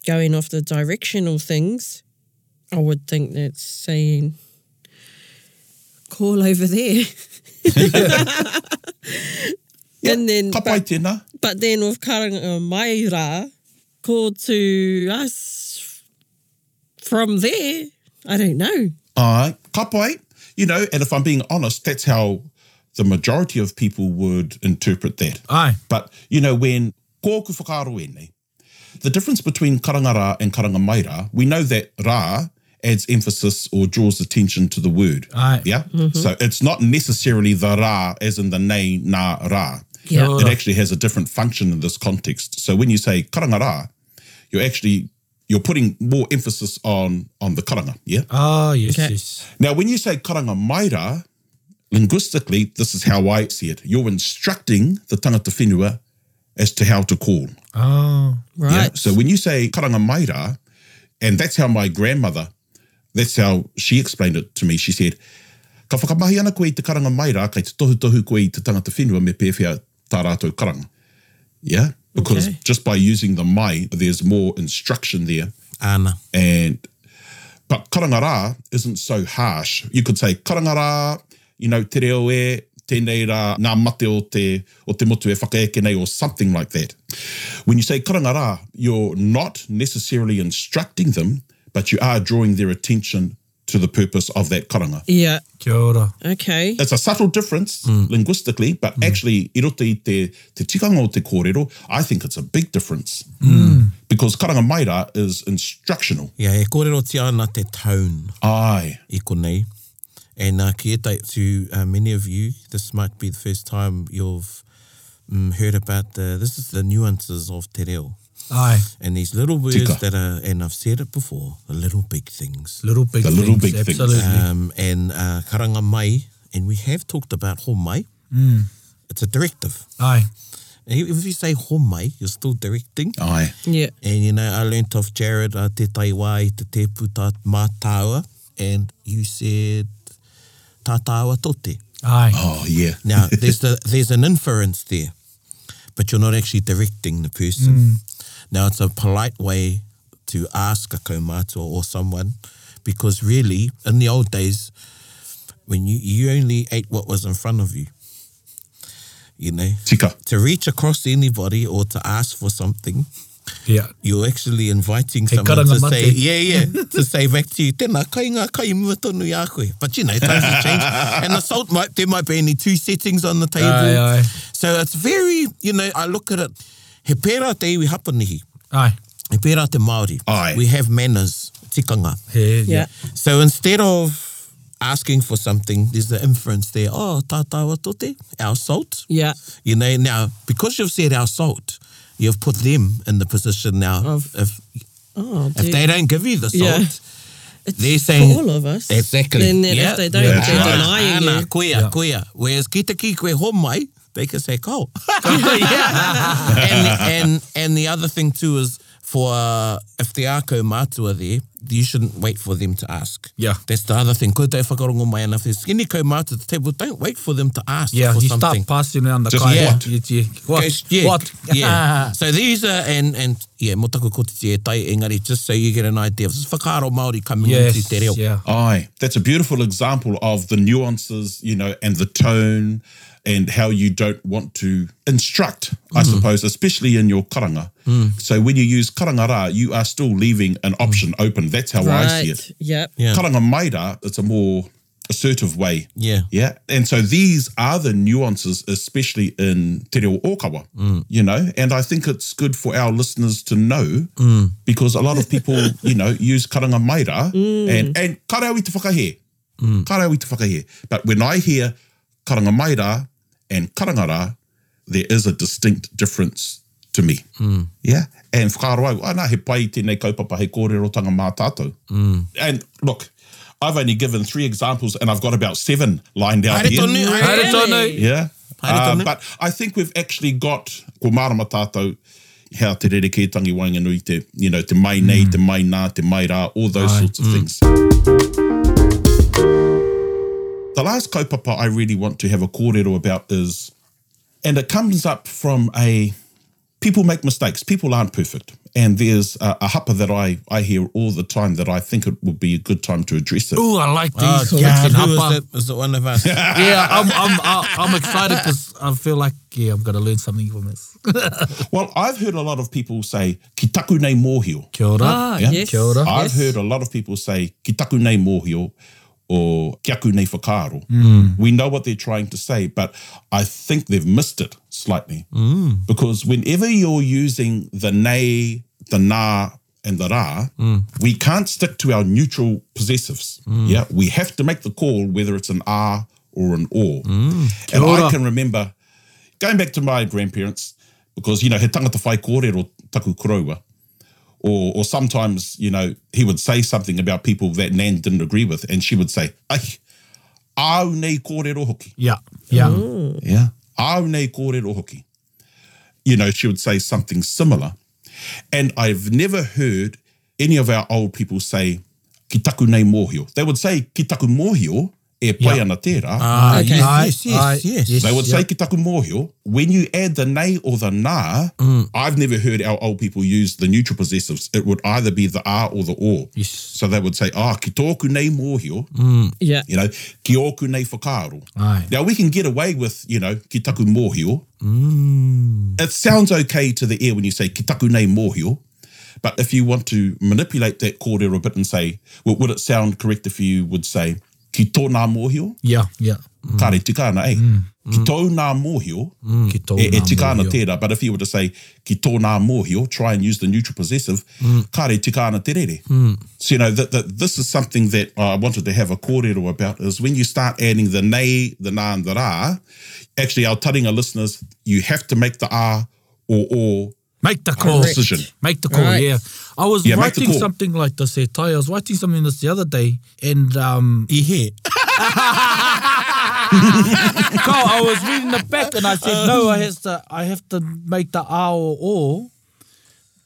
Speaker 6: going off the directional things, I would think that's saying, call over there. and then,
Speaker 5: Ka pai
Speaker 6: but,
Speaker 5: tēnā.
Speaker 6: Mm. but then with karanga mai rā, call uh, to us from there, I don't know.
Speaker 5: All right, kapai. You know, and if I'm being honest, that's how the majority of people would interpret that.
Speaker 4: Aye.
Speaker 5: But, you know, when kōku whakaaro ene, the difference between karangara and karangamaira, we know that ra adds emphasis or draws attention to the word.
Speaker 4: Aye.
Speaker 5: Yeah? So it's not necessarily the ra as in the nei na ra.
Speaker 6: Yeah.
Speaker 5: It actually has a different function in this context. So when you say karangara, you're actually you're putting more emphasis on on the karanga, yeah?
Speaker 4: Ah, yes,
Speaker 6: Okay.
Speaker 4: yes.
Speaker 5: Now, when you say karanga maira, linguistically, this is how I see it. You're instructing the tangata whenua as to how to call.
Speaker 4: Ah,
Speaker 5: yeah?
Speaker 6: Right.
Speaker 5: So when you say karanga maira, and that's how my grandmother, that's how she explained it to me. She said, ka whakamahi ana koe i te karanga maira, kei te tohu tohu koe i te tangata whenua me pewhia tā rātou karanga. Yeah? Because
Speaker 6: Okay.
Speaker 5: just by using the mai, there's more instruction there
Speaker 2: Ana.
Speaker 5: and but karangara isn't so harsh. You could say karangara, you know, te reo e, tēnei rā, nā mate o te, o te motu e whakaeke nei, or something like that. When you say karangara, you're not necessarily instructing them, but you are drawing their attention to the purpose of that karanga.
Speaker 6: Yeah.
Speaker 4: kia ora.
Speaker 6: Okay.
Speaker 5: It's a subtle difference linguistically, but actually, i roto i te, te tikanga o te kōrero, I think it's a big difference. Because karanga maira is instructional.
Speaker 2: Ia, e kōrero te ana te tone.
Speaker 5: Ai,
Speaker 2: i konei. And uh, kia tai to uh, many of you, this might be the first time you've um, heard about the, this is the nuances of te reo.
Speaker 4: Aye.
Speaker 2: And these little words
Speaker 5: Tika.
Speaker 2: that are, and I've said it before, the little big things.
Speaker 4: Little big
Speaker 5: The
Speaker 4: things.
Speaker 5: little big things.
Speaker 4: absolutely.
Speaker 2: Um, and uh, karanga mai, and we have talked about ho mai. It's a directive.
Speaker 4: Aye.
Speaker 2: If you say ho mai, you're still directing.
Speaker 5: ai.
Speaker 6: Yeah.
Speaker 2: And you know, I learnt off Jared uh, te taiwā i te tepu tā mātāua, and you said tātāua tote.
Speaker 4: Aye.
Speaker 5: Oh yeah.
Speaker 2: Now, there's the, there's an inference there, but you're not actually directing the person. Now, it's a polite way to ask a komato or someone, because really, in the old days, when you, you only ate what was in front of you, you know,
Speaker 5: Tika.
Speaker 2: to reach across to anybody or to ask for something,
Speaker 4: Yeah.
Speaker 2: you're actually inviting
Speaker 4: He
Speaker 2: someone
Speaker 4: karanga
Speaker 2: to say,
Speaker 4: mate.
Speaker 2: yeah, yeah, to say back to you, tēnā kai ngā kai mua tonu i a koe. But you know, times have changed. And the salt might, there might be only two settings on the table.
Speaker 4: Aye, aye.
Speaker 2: So it's very, you know, I look at it, he pērā te iwi hapanihi,
Speaker 4: Aye.
Speaker 2: he pērā te Māori.
Speaker 5: Aye.
Speaker 2: We have manners, tikanga.
Speaker 4: He,
Speaker 6: Yeah.
Speaker 4: yeah.
Speaker 2: So instead of asking for something, there's the inference there, oh, tātāwa tote, our salt.
Speaker 6: Yeah.
Speaker 2: You know, now, because you've said our salt, you've put them in the position now
Speaker 6: Of-
Speaker 2: if
Speaker 6: Oh,
Speaker 2: If
Speaker 6: dude.
Speaker 2: they don't give you the salt,
Speaker 6: Yeah. It's
Speaker 2: they're saying
Speaker 6: for all of us.
Speaker 2: Exactly.
Speaker 6: Then, then
Speaker 2: yeah.
Speaker 6: if they don't,
Speaker 2: yeah.
Speaker 5: That's
Speaker 6: they're
Speaker 5: right.
Speaker 6: denying
Speaker 2: Ana,
Speaker 6: you.
Speaker 2: kuia,
Speaker 4: Yeah.
Speaker 2: kuia. Whereas ki te ki koe homai, they can say ko. yeah. and, and, and the other thing too is for, uh, if they are kaumātua there, you shouldn't wait for them to ask.
Speaker 4: Yeah.
Speaker 2: That's the other thing. Ko te whakarongo mai, and if there's any kaumātua at the table, don't wait for them to ask
Speaker 4: Yeah,
Speaker 2: for
Speaker 4: you
Speaker 2: something.
Speaker 4: start passing around the
Speaker 5: Just
Speaker 4: kai.
Speaker 5: what?
Speaker 4: Yeah, yeah. What?
Speaker 2: Goes- yeah,
Speaker 4: What?
Speaker 2: yeah. so these are and and yeah, mo taku ko te te tai engari just so you get an idea of this whakaro Maori coming into
Speaker 4: yes.
Speaker 2: te reo.
Speaker 4: Yeah.
Speaker 5: Aye. That's a beautiful example of the nuances, you know, and the tone and how you don't want to instruct, I
Speaker 2: Mm.
Speaker 5: suppose, especially in your karanga. So when you use karangara, you are still leaving an option open. That's how I see
Speaker 6: Right.
Speaker 5: it.
Speaker 6: Yep.
Speaker 2: Yeah.
Speaker 5: Karanga maida, it's a more assertive way.
Speaker 2: Yeah.
Speaker 5: Yeah. And so these are the nuances, especially in Te Reo Okawa, you know, and I think it's good for our listeners to know because a lot of people, you know, use karanga maira and, and karawi te whakahe. Karawi te whakahe. But when I hear karanga maira and karangara, there is a distinct difference to me. Yeah. And whakaroa, ana he pai tēnei kaupapa he kōrerotanga mā tātou. And look, I've only given three examples and I've got about seven lined out
Speaker 2: Haere
Speaker 5: here.
Speaker 2: tonu, haere
Speaker 4: Haere tonu.
Speaker 5: Yeah.
Speaker 2: Haere
Speaker 5: Uh,
Speaker 2: tonu.
Speaker 5: but I think we've actually got ko marama tātou how te rere kētangi wainganui te, you know, te mai nei, te mai nā, te mai rā, all those sorts of things. The last kaupapa I really want to have a kōrero about is, and it comes up from a people make mistakes. People aren't perfect. And there's a, a hapa that I, I hear all the time that I think it would be a good time to address it.
Speaker 4: Ooh, I like these.
Speaker 2: Oh,
Speaker 4: Fixing
Speaker 2: God, who
Speaker 4: hapa.
Speaker 2: is that? Is it one of us?
Speaker 4: yeah, I'm, I'm, I- I'm excited because I feel like, yeah, I'm going to learn something from this.
Speaker 5: Well, I've heard a lot of people say, ki taku nei mōhio.
Speaker 4: Kia ora.
Speaker 6: Ah,
Speaker 5: Yeah.
Speaker 6: yes.
Speaker 4: Kia ora.
Speaker 5: I've
Speaker 6: yes.
Speaker 5: heard a lot of people say, ki taku nei mōhio or ki aku nei whakaaro. Mm. We know what they're trying to say, but I think they've missed it slightly. Mm. Because whenever you're using the nei, the na, and the ra, we can't stick to our neutral possessives. Yeah, we have to make the call whether it's an r or an or. And I can remember going back to my grandparents, because you know he tangata whai kōrero taku koroua, or or sometimes you know he would say something about people that Nan didn't agree with, and she would say, "Ai, au nei kōrero hoki."
Speaker 4: Yeah, yeah.
Speaker 5: Yeah. Au nei kōrero hoki. You know, she would say something similar. And I've never heard any of our old people say, ki taku nei mōhio. They would say, ki taku mōhio e pai
Speaker 4: Yeah.
Speaker 5: ana tērā.
Speaker 2: Ah,
Speaker 6: Okay.
Speaker 2: yes, yes,
Speaker 4: Aye,
Speaker 2: yes, yes.
Speaker 4: yes.
Speaker 5: They would
Speaker 4: yeah.
Speaker 5: say ki taku mōhio. When you add the nei or the nā,
Speaker 4: Mm.
Speaker 5: I've never heard our old people use the neutral possessives. It would either be the r or the or.
Speaker 4: Yes. Mm.
Speaker 5: So they would say, ah, ki tōku nei mōhio.
Speaker 6: Yeah.
Speaker 5: You know, ki ōku nei whakaaro.
Speaker 4: Aye.
Speaker 5: Now, we can get away with, you know, ki taku mōhio. It sounds okay to the ear when you say ki taku nei mōhio, but if you want to manipulate that kōrero a bit and say, well, would it sound correct if you would say ki tōna mōhio?
Speaker 4: Yeah, yeah.
Speaker 5: Kare tikana, eh? Ki tōna mōhio,
Speaker 4: Mm. Ki tōna
Speaker 5: e, e tikana
Speaker 4: mōhio.
Speaker 5: tērā. But if you were to say ki tōna mōhio, try and use the neutral possessive,
Speaker 4: Mm.
Speaker 5: kare tikana te rere. So, you know, that that this is something that I wanted to have a kōrero about is when you start adding the nei, the nā, and the rā, actually, our taringa listeners, you have to make the r or or
Speaker 4: Make the call.
Speaker 5: decision.
Speaker 4: Make the call,
Speaker 6: Right.
Speaker 4: yeah. I was
Speaker 5: Yeah, make the
Speaker 4: writing
Speaker 5: call.
Speaker 4: something like this, eh, Tai. I was writing something this the other day, and um,
Speaker 2: I he.
Speaker 4: Carl, I was reading the back, and I said, no, I have to, I have to make the R or O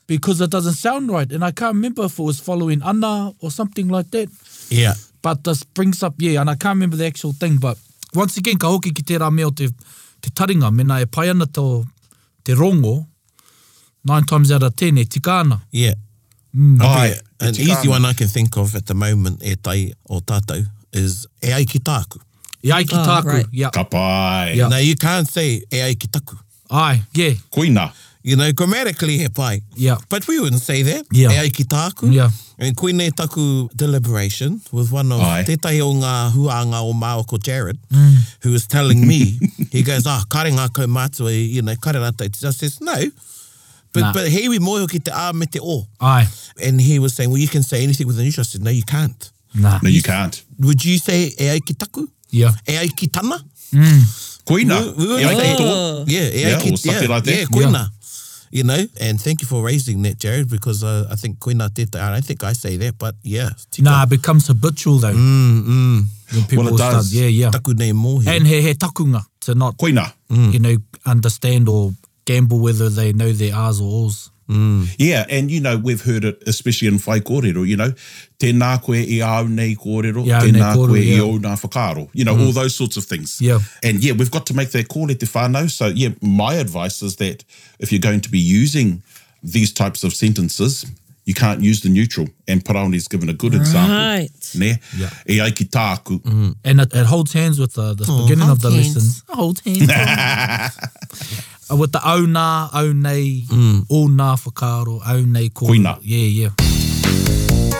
Speaker 4: because it doesn't sound right, and I can't remember if it was following Anna or something like that.
Speaker 2: Yeah.
Speaker 4: But this brings up, yeah, and I can't remember the actual thing, but once again, ka hoki ki tērā mea o te, te taringa, mena e pai ana tō te rongo, nine times out of ten e tika ana.
Speaker 2: Yeah. I think
Speaker 5: Ai,
Speaker 2: Mm.
Speaker 5: e
Speaker 2: an
Speaker 5: tikana.
Speaker 2: easy one I can think of at the moment, e tai o tātou, is e ai ki tāku.
Speaker 4: E ai ki
Speaker 6: Ah,
Speaker 4: tāku,
Speaker 6: right.
Speaker 4: yeah.
Speaker 5: ka pai,
Speaker 4: Yeah.
Speaker 2: Now, you can't say e ai ki taku.
Speaker 4: Ai, yeah,
Speaker 5: koina.
Speaker 2: You know, grammatically he pai.
Speaker 4: Yeah.
Speaker 2: But we wouldn't say that.
Speaker 4: Yeah.
Speaker 2: E ai ki tāku.
Speaker 4: Yeah.
Speaker 2: And koine taku deliberation was one of
Speaker 5: Ai.
Speaker 2: tētai o ngā huanga o Mao ko Jared, mm. who was telling me, he goes, ah, kare ngā kau mātua, i," you know, kare rātou. I just says, no. But,
Speaker 4: Nah.
Speaker 2: but he we moho ki te ā me te o.
Speaker 4: ai,
Speaker 2: And he was saying, well, you can say anything with an issue. I said, no, you can't.
Speaker 4: nah,
Speaker 5: No, you can't.
Speaker 2: Would you say e ai ki taku?
Speaker 4: yeah.
Speaker 2: E ai ki tana?
Speaker 5: Koina.
Speaker 2: We, we were
Speaker 5: E ai ki
Speaker 2: like,
Speaker 5: tō.
Speaker 2: yeah, yeah,
Speaker 5: Yeah,
Speaker 2: ki,
Speaker 5: or something
Speaker 2: yeah,
Speaker 5: like that.
Speaker 2: Yeah, koina. You know, and thank you for raising that, Jared, because uh, I think koina tētai, I don't think I say that, but yeah. tika.
Speaker 4: Nah, it becomes habitual though. Mm, mm. When people
Speaker 5: Well, it
Speaker 4: start,
Speaker 5: does.
Speaker 4: yeah, yeah.
Speaker 2: Taku nei mōhio.
Speaker 4: And he he takunga to not,
Speaker 5: Koina.
Speaker 4: you know, understand or gamble whether they know their R's or O's.
Speaker 5: Mm. Yeah, and you know, we've heard it, especially in whai kōrero, you know, tēnā koe i au nei kōrero,
Speaker 4: I au nei
Speaker 5: tēnā
Speaker 4: kōrero,
Speaker 5: koe i
Speaker 4: yeah. Mm.
Speaker 5: au nā whakaaro, you know, all those sorts of things.
Speaker 4: Yeah.
Speaker 5: And yeah, we've got to make that call at te whānau. So yeah, my advice is that if you're going to be using these types of sentences, you can't use the neutral. And Paraoni's given a good example.
Speaker 6: Right.
Speaker 5: Ne?
Speaker 4: Yeah. Mm.
Speaker 5: E ai ki tāku.
Speaker 4: and it, it holds hands with the, the beginning of the
Speaker 6: hands.
Speaker 4: lessons. Holds hands. Uh, with the au nā, au nei, mm. o nā whakaaro, au nei kōrero.
Speaker 5: Koina.
Speaker 4: Yeah, yeah.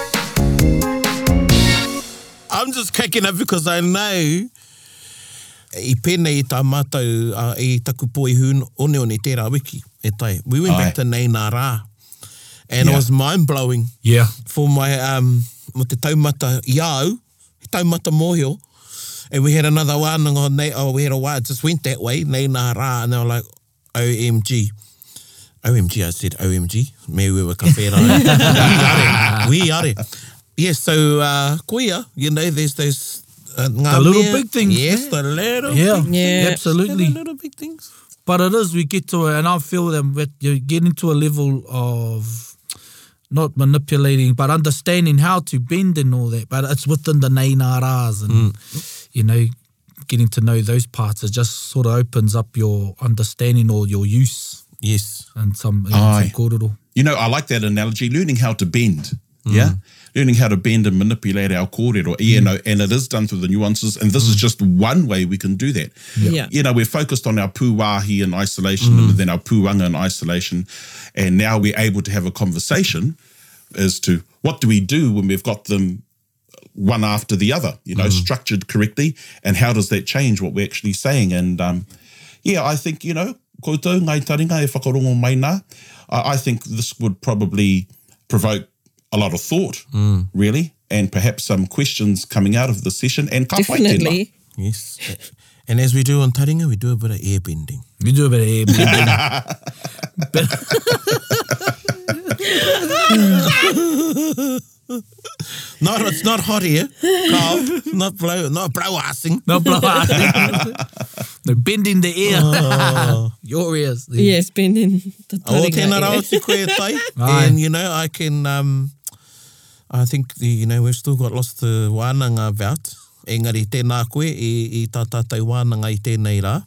Speaker 2: I'm just cracking up because I know i pēnei i tā mātou uh, i taku pōi hun one one tērā wiki e tai. We went
Speaker 5: Ai.
Speaker 2: back to Nei Nā Rā and it
Speaker 5: Yeah.
Speaker 2: was mind-blowing
Speaker 4: Yeah.
Speaker 2: for my, um, mo te taumata iau, he taumata mōhio, E and we had another wānanga on Nei, oh, we had a wā, just went that way, Nei Nā Rā, and they were like, OMG. OMG, I said OMG. Me we were ka whēra. we are. We are. Yeah, so uh, koia, you know, there's those uh,
Speaker 4: The little big things,
Speaker 2: Yes, the little
Speaker 4: Yeah,
Speaker 2: big things.
Speaker 6: Yeah.
Speaker 4: absolutely.
Speaker 2: The little big things.
Speaker 4: But it is, we get to it, and I feel that with- you get into a level of not manipulating, but understanding how to bend and all that. But it's within the nei nā rās, and you know, getting to know those parts, it just sort of opens up your understanding or your use.
Speaker 2: Yes.
Speaker 4: and some, yeah,
Speaker 5: Aye.
Speaker 4: some kōrero.
Speaker 5: You know, I like that analogy, learning how to bend. Yeah. Learning how to bend and manipulate our kōrero, you know, and it is done through the nuances. And this is just one way we can do that.
Speaker 6: Yeah.
Speaker 5: You know, we're focused on our pūwahi in isolation and then our pūanga in isolation. And now we're able to have a conversation as to what do we do when we've got them one after the other, you know, structured correctly. And how does that change what we're actually saying? And um, yeah, I think, you know, koutou ngai taringa e whakarongo mai nā. I, I think this would probably provoke a lot of thought, really, and perhaps some questions coming out of the session. And ka pai tēnā.
Speaker 6: Definitely.
Speaker 2: Yes. and as we do on Taringa, we do a bit of air bending.
Speaker 4: We do a bit of air bending.
Speaker 2: Not, it's not hot here. No, not blow, not blow assing.
Speaker 4: no, blow out. no, bending the ear. Your ears. The,
Speaker 6: Yeah, spending the
Speaker 2: All
Speaker 6: taringa
Speaker 2: tēnā
Speaker 6: here.
Speaker 2: rau te koe tai.
Speaker 4: Aye.
Speaker 2: and, you know, I can, um, I think, the, you know, we've still got lots to wānanga about. Engari, tēnā koe, e, e tā tātai wānanga i tēnei rā.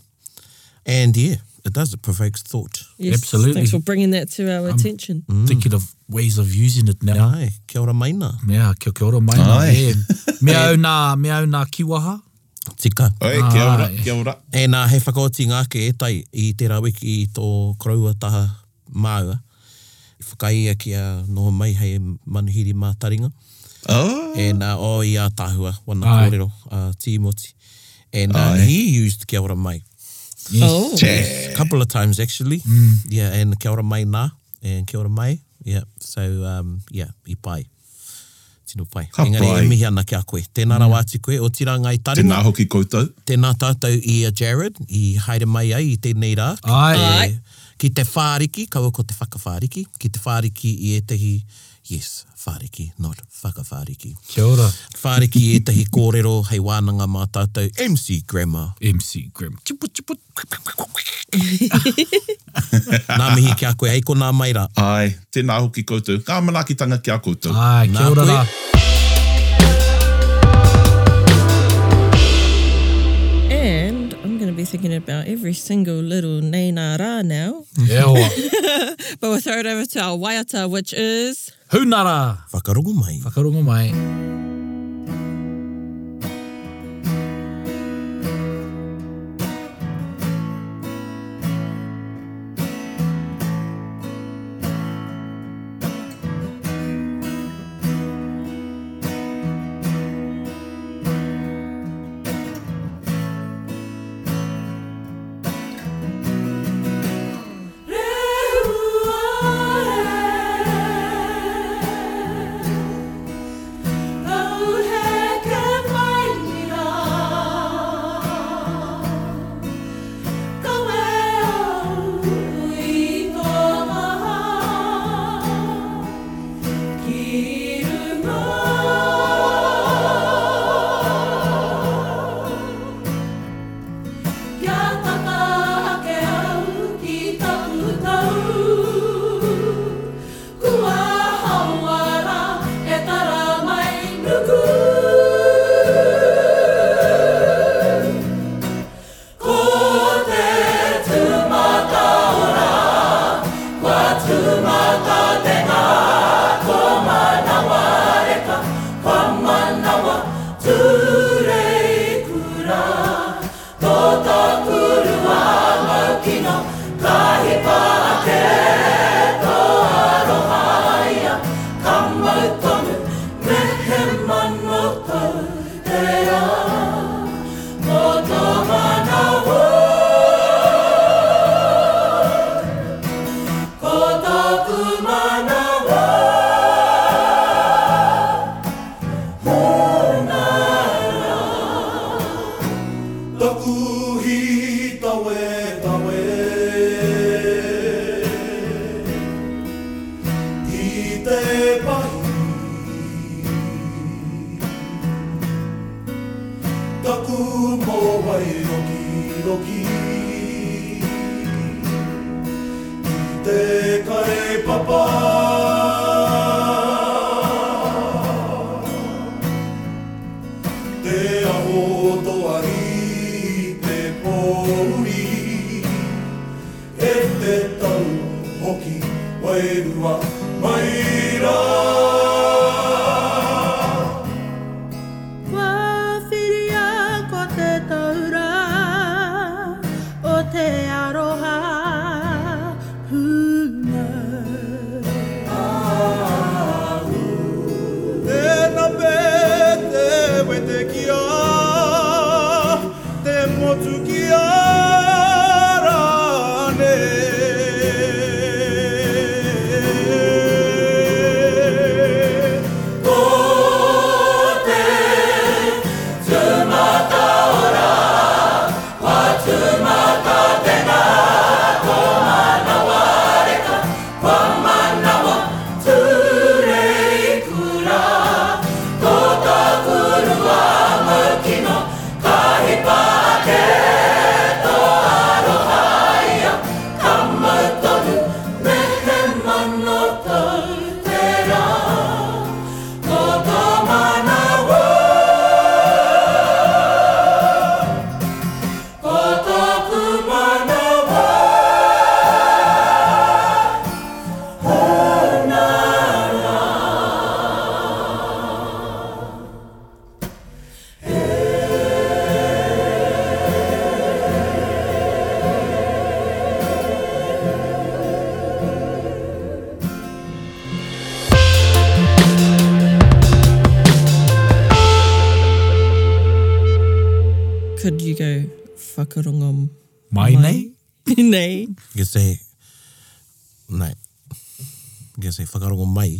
Speaker 2: And yeah, it does, it provokes thought.
Speaker 6: Yes,
Speaker 4: Absolutely.
Speaker 6: Thanks for bringing that to our attention.
Speaker 4: Mm. Thinking of ways of using it now.
Speaker 2: Ai, kia ora maina.
Speaker 4: Mea, kia, kia ora mai nā.
Speaker 5: Aye.
Speaker 4: He, mea au nā, mea au nā kiwaha.
Speaker 2: Tika.
Speaker 5: Oi, kia ora,
Speaker 4: Ai.
Speaker 5: kia ora.
Speaker 2: Nā, uh, he whakaoti ngāke e tai i tērā wiki i tō Korauataha Māua. I whakaia kia noho mai hei manuhiri mā taringa.
Speaker 5: Oh,
Speaker 2: E nā, o i a tāhua, wana
Speaker 4: Ai.
Speaker 2: kōrero, uh, Tīmoti. E nā,
Speaker 5: Ai.
Speaker 2: he used kia ora mai.
Speaker 4: Yes.
Speaker 6: Oh,
Speaker 5: yeah.
Speaker 2: A couple of times, actually.
Speaker 4: Mm.
Speaker 2: Yeah, and kia ora mai nā, and kia ora mai. Yeah, so, um, yeah, i pai. Tino pai.
Speaker 5: Ka
Speaker 2: Engari,
Speaker 5: pai.
Speaker 2: e mihi ana kia koe. Tēnā rau ati koe, o tira ngai taringa.
Speaker 5: Tēnā hoki koutou.
Speaker 2: Tēnā tātou i a Jared, i haere mai ai i tēnei rā.
Speaker 4: Ai.
Speaker 2: E, ki te whāriki, kaua ko te whakawhāriki, ki te whāriki i etahi, yes, whāriki, not whakawhāriki.
Speaker 4: Kia ora.
Speaker 2: Whāriki i etahi kōrero, hei wānanga mā tātou, MC Grammar.
Speaker 4: MC Grimm. Chipu, chipu.
Speaker 2: nā mihi kia koe, hei ko nā mai rā.
Speaker 5: Ai, tēnā hoki koutou. Ngā manakitanga kia koutou.
Speaker 4: Ai, kia
Speaker 2: Nā
Speaker 4: ora
Speaker 2: koe.
Speaker 4: nā.
Speaker 6: And I'm going to be thinking about every single little nena ra now.
Speaker 4: E hoa.
Speaker 6: But we'll throw it over to our waiata, which is.
Speaker 4: Hunara.
Speaker 2: Whakarongo mai.
Speaker 4: Whakarongo mai.
Speaker 7: e e Te E te tau hoki wairua mai rā.
Speaker 8: Wawhiria ko te taura o te aroha hūnga.
Speaker 7: Tēnā pēte koe te kia, te motu kia rāne.
Speaker 6: Could you go whakarongom?
Speaker 4: Mai nei?
Speaker 6: Nei.
Speaker 2: Kia se, nei, kia se whakarongo mai,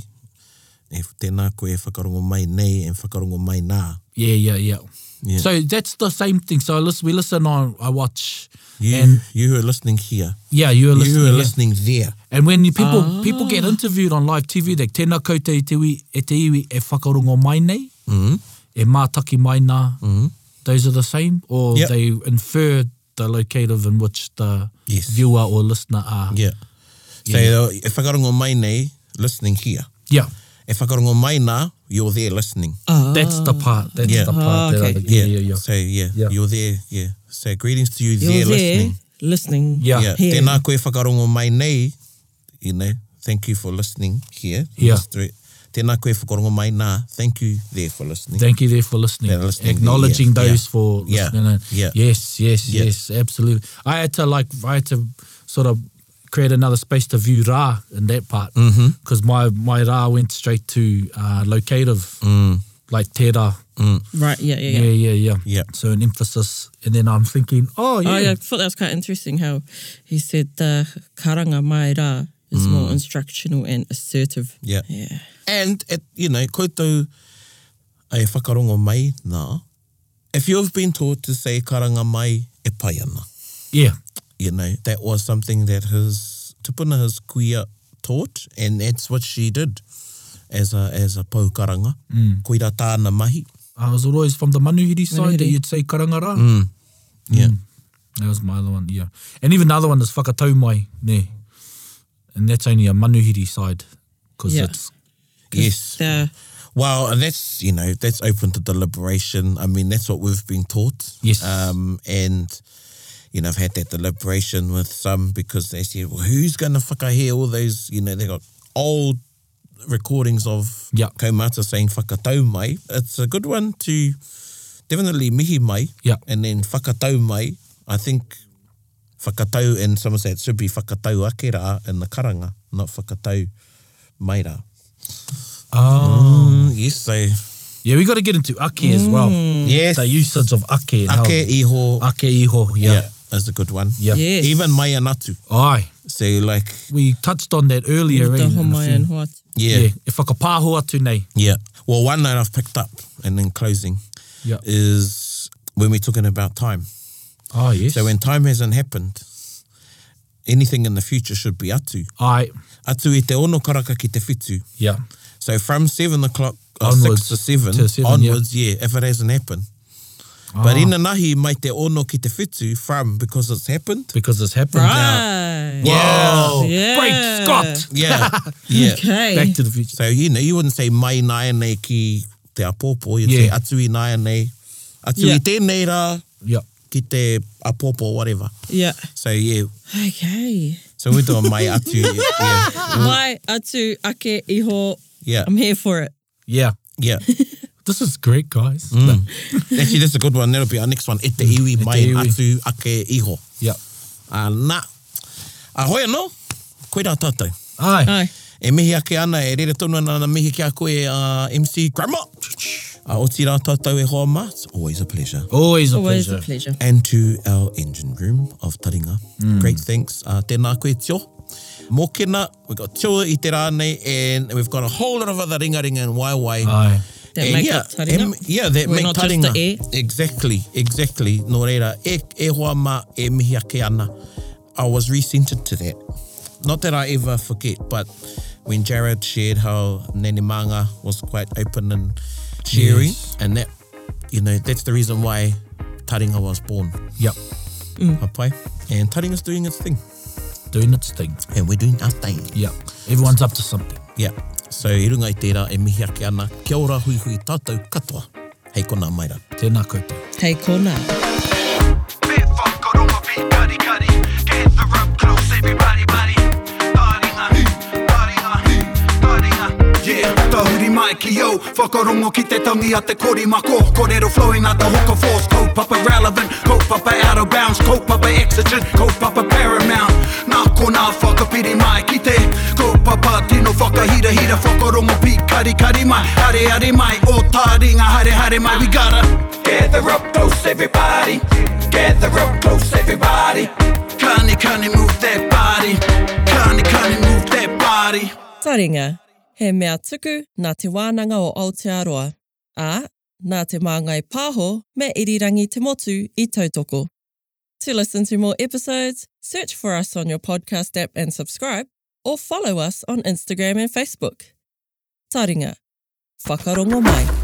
Speaker 2: e tēnā koe e whakarongo mai nei e whakarongo mai nā.
Speaker 4: Yeah, yeah, yeah.
Speaker 2: Yeah.
Speaker 4: So that's the same thing. So I listen, we listen on, I watch.
Speaker 2: You,
Speaker 4: And
Speaker 2: you who are listening here,
Speaker 4: yeah, you are listening.
Speaker 2: you who are
Speaker 4: yeah.
Speaker 2: listening there,
Speaker 4: And when you people ah. people get interviewed on live TV, like tēnā koutou i te iwi, e te iwi e whakarongo mai nei, mm. e mātaki mai nā, mm. those are the same, or
Speaker 2: Yep.
Speaker 4: they infer the locative in which the
Speaker 2: Yes.
Speaker 4: viewer or listener are.
Speaker 2: yeah. So e whakarongo mai nei, listening here.
Speaker 4: yeah.
Speaker 2: E whakarongo mai nā, you're there listening.
Speaker 4: That's the part. That's
Speaker 2: Yeah.
Speaker 4: the part.
Speaker 6: Ah,
Speaker 4: that I
Speaker 6: okay.
Speaker 4: think- Ah, yeah, yeah, yeah.
Speaker 2: So yeah,
Speaker 4: Yeah.
Speaker 2: you're there, yeah. So greetings to you
Speaker 6: You're
Speaker 2: there,
Speaker 6: there
Speaker 2: listening.
Speaker 6: listening.
Speaker 4: Yeah.
Speaker 2: Yeah.
Speaker 6: Here.
Speaker 2: Tēnā koe whakarongo mai nei, you know, thank you for listening here.
Speaker 4: Yeah.
Speaker 2: Through it. Tēnā koe whakarongo mai nā, thank you there for listening.
Speaker 4: Thank you there for listening.
Speaker 2: Yeah, listening,
Speaker 4: Acknowledging
Speaker 2: yeah,
Speaker 4: those
Speaker 2: yeah.
Speaker 4: for
Speaker 2: Yeah,
Speaker 4: listening. and-
Speaker 2: yeah.
Speaker 4: Yes, yes,
Speaker 2: Yeah.
Speaker 4: yes, absolutely. I had to like I had to sort of create another space to view Ra in that part
Speaker 2: Mm-hmm.
Speaker 4: because my my Ra went straight to uh, locative
Speaker 2: Mm.
Speaker 4: like Te Ra.
Speaker 6: Right, yeah, yeah,
Speaker 4: Yeah,
Speaker 6: yeah.
Speaker 4: yeah, yeah, yeah.
Speaker 2: Yeah.
Speaker 4: So an emphasis, and then I'm thinking, oh yeah,
Speaker 6: Oh, yeah, I thought that was quite interesting how he said uh, karanga mai rā is more instructional and assertive.
Speaker 2: Mm. Yeah.
Speaker 6: Yeah.
Speaker 2: And, at, you know, koutou e whakarongo mai nā, if you've been taught to say karanga mai e pai ana,
Speaker 4: yeah,
Speaker 2: you know, that was something that his, tupuna his kuia taught, and that's what she did as a, as a paukaranga. Mm. Koira tāna mahi.
Speaker 4: I was always from the Manuhiri side that
Speaker 6: Manuhiri.
Speaker 4: you'd say Karangara.
Speaker 2: Mm. Yeah.
Speaker 4: Mm. That was my other one, yeah. And even the other one is Whakatau Mai, ne. And that's only a Manuhiri side because
Speaker 6: Yeah.
Speaker 4: it's
Speaker 2: Yes.
Speaker 6: The,
Speaker 2: Well, and that's you know that's open to deliberation. I mean, that's what we've been taught.
Speaker 4: Yes.
Speaker 2: Um, and you know, I've had that deliberation with some because they said, "Well, who's going to whakahe all those?" You know, they got old recordings of
Speaker 4: Yeah.
Speaker 2: Kaumata saying "whakatau mai." It's a good one to definitely mihi mai.
Speaker 4: Yeah.
Speaker 2: And then whakatau mai. I think whakatau and someone said it should be whakatau ake rā in the karanga, not whakatau mai rā.
Speaker 4: Oh.
Speaker 2: Mm, yes, so
Speaker 4: Yeah, we got to get into ake as well.
Speaker 6: Mm.
Speaker 2: Yes.
Speaker 4: The usage of ake. and how-
Speaker 2: Ake iho.
Speaker 4: Ake iho, yeah.
Speaker 2: Yeah, that's a good one.
Speaker 4: Yeah.
Speaker 6: Yes.
Speaker 2: Even Mayanatu.
Speaker 4: Aye.
Speaker 2: So like,
Speaker 4: We touched on that earlier.
Speaker 6: the
Speaker 4: eh, in a
Speaker 6: homai
Speaker 4: few-
Speaker 6: and what?
Speaker 2: yeah,
Speaker 4: Yeah.
Speaker 2: yeah.
Speaker 4: If I could pāho atu nei.
Speaker 2: Well, one that I've picked up, and then closing,
Speaker 4: Yeah.
Speaker 2: is when we're talking about time.
Speaker 4: Oh, yes.
Speaker 2: So when time hasn't happened, anything in the future should be atu.
Speaker 4: Aye.
Speaker 2: Atu i te ono karaka ki te whitu.
Speaker 4: Yeah.
Speaker 2: So from seven o'clock, or
Speaker 4: Onwards
Speaker 2: six to seven,
Speaker 4: to seven, yeah.
Speaker 2: onwards, yeah. if it hasn't happened. But in nahi mai te ono ki te whitu from because it's happened.
Speaker 4: Because it's happened.
Speaker 6: Right.
Speaker 4: Wow.
Speaker 6: Yeah.
Speaker 4: Great Scott.
Speaker 2: Yeah. yeah.
Speaker 6: Okay.
Speaker 4: Back to the future.
Speaker 2: So, you know, you wouldn't say mai nāia nei ki te apōpō, you'd
Speaker 4: Yeah.
Speaker 2: say atui nāia nei. Atui
Speaker 6: Yeah.
Speaker 2: tēnei rā
Speaker 4: Yeah.
Speaker 2: ki te apōpō, whatever.
Speaker 6: yeah.
Speaker 2: So, yeah.
Speaker 6: Okay.
Speaker 2: So we do a mai atu. Yeah.
Speaker 6: Mai atu ake iho.
Speaker 2: Yeah.
Speaker 6: I'm here for it.
Speaker 4: Yeah.
Speaker 2: Yeah.
Speaker 4: This is great, guys.
Speaker 2: Mm. Actually, that's a good one. That'll be our next one. E te iwi, mai
Speaker 4: iwi.
Speaker 2: atu, ake iho.
Speaker 4: Yeah.
Speaker 2: Uh, nā. A hoia no, koe rā tātou.
Speaker 4: Ai.
Speaker 6: Ai.
Speaker 2: E mihi ake ana, e rere tonu ana na mihi ki a koe uh, MC Grandma. A oti rā tātou e hoa mā. It's always a pleasure.
Speaker 4: Always a
Speaker 6: Always
Speaker 4: pleasure.
Speaker 6: a pleasure.
Speaker 2: And to our engine room of Taringa. Great thanks. Uh, tēnā koe tio. Mō kēnā, we've got tio i te rā nei, and we've got a whole lot of other ringa-ringa and waiwai.
Speaker 4: Ai.
Speaker 6: That
Speaker 2: Eh,
Speaker 6: make
Speaker 2: yeah,
Speaker 6: up taringa.
Speaker 2: em- yeah, that
Speaker 6: We're
Speaker 2: make
Speaker 6: not just
Speaker 2: taringa.
Speaker 6: the air.
Speaker 2: Exactly, exactly. No reira, e, e hoa mā, e mihi ake ana. I was resented to that. Not that I ever forget, but when Jared shared how Nene Manga was quite open and sharing,
Speaker 4: Yes.
Speaker 2: and that, you know, that's the reason why Taringa was born.
Speaker 4: Yep.
Speaker 2: Hapai. And Taringa's doing its thing,
Speaker 4: Doing its thing.
Speaker 2: and we're doing our thing.
Speaker 4: Yep. Everyone's up to something.
Speaker 2: Yeah. So i runga i tērā e mihi ake ana. Kia ora hui hui tātou katoa. Hei kona maira.
Speaker 4: Tēnā koutou.
Speaker 6: Hey, kona.
Speaker 1: Bit whakarongo pi kari kari. Gather up close everybody buddy. Taringa, taringa, taringa. Yeah, tahuri mai ki yo Whakarongo ki te tangi a te kori mako Korero flowing a te hoka force Kaupapa relevant, kaupapa out of bounds Kaupapa exigent, kaupapa paramount Nā ko nā whakapiri mai ki te Kaupapa tino whakahira hira Whakarongo pi kari kari mai Hare hare mai, o tā ringa hare hare mai We gotta gather up close everybody Gather up close everybody Kani kani move that body Kani kani move that body
Speaker 6: Taringa, he mea tuku nā te wānanga o Aotearoa, ā, nā te māngai pāho me irirangi te motu i tautoko. To listen to more episodes, search for us on your podcast app and subscribe, or follow us on Instagram and Facebook. Taringa, whakarongo mai.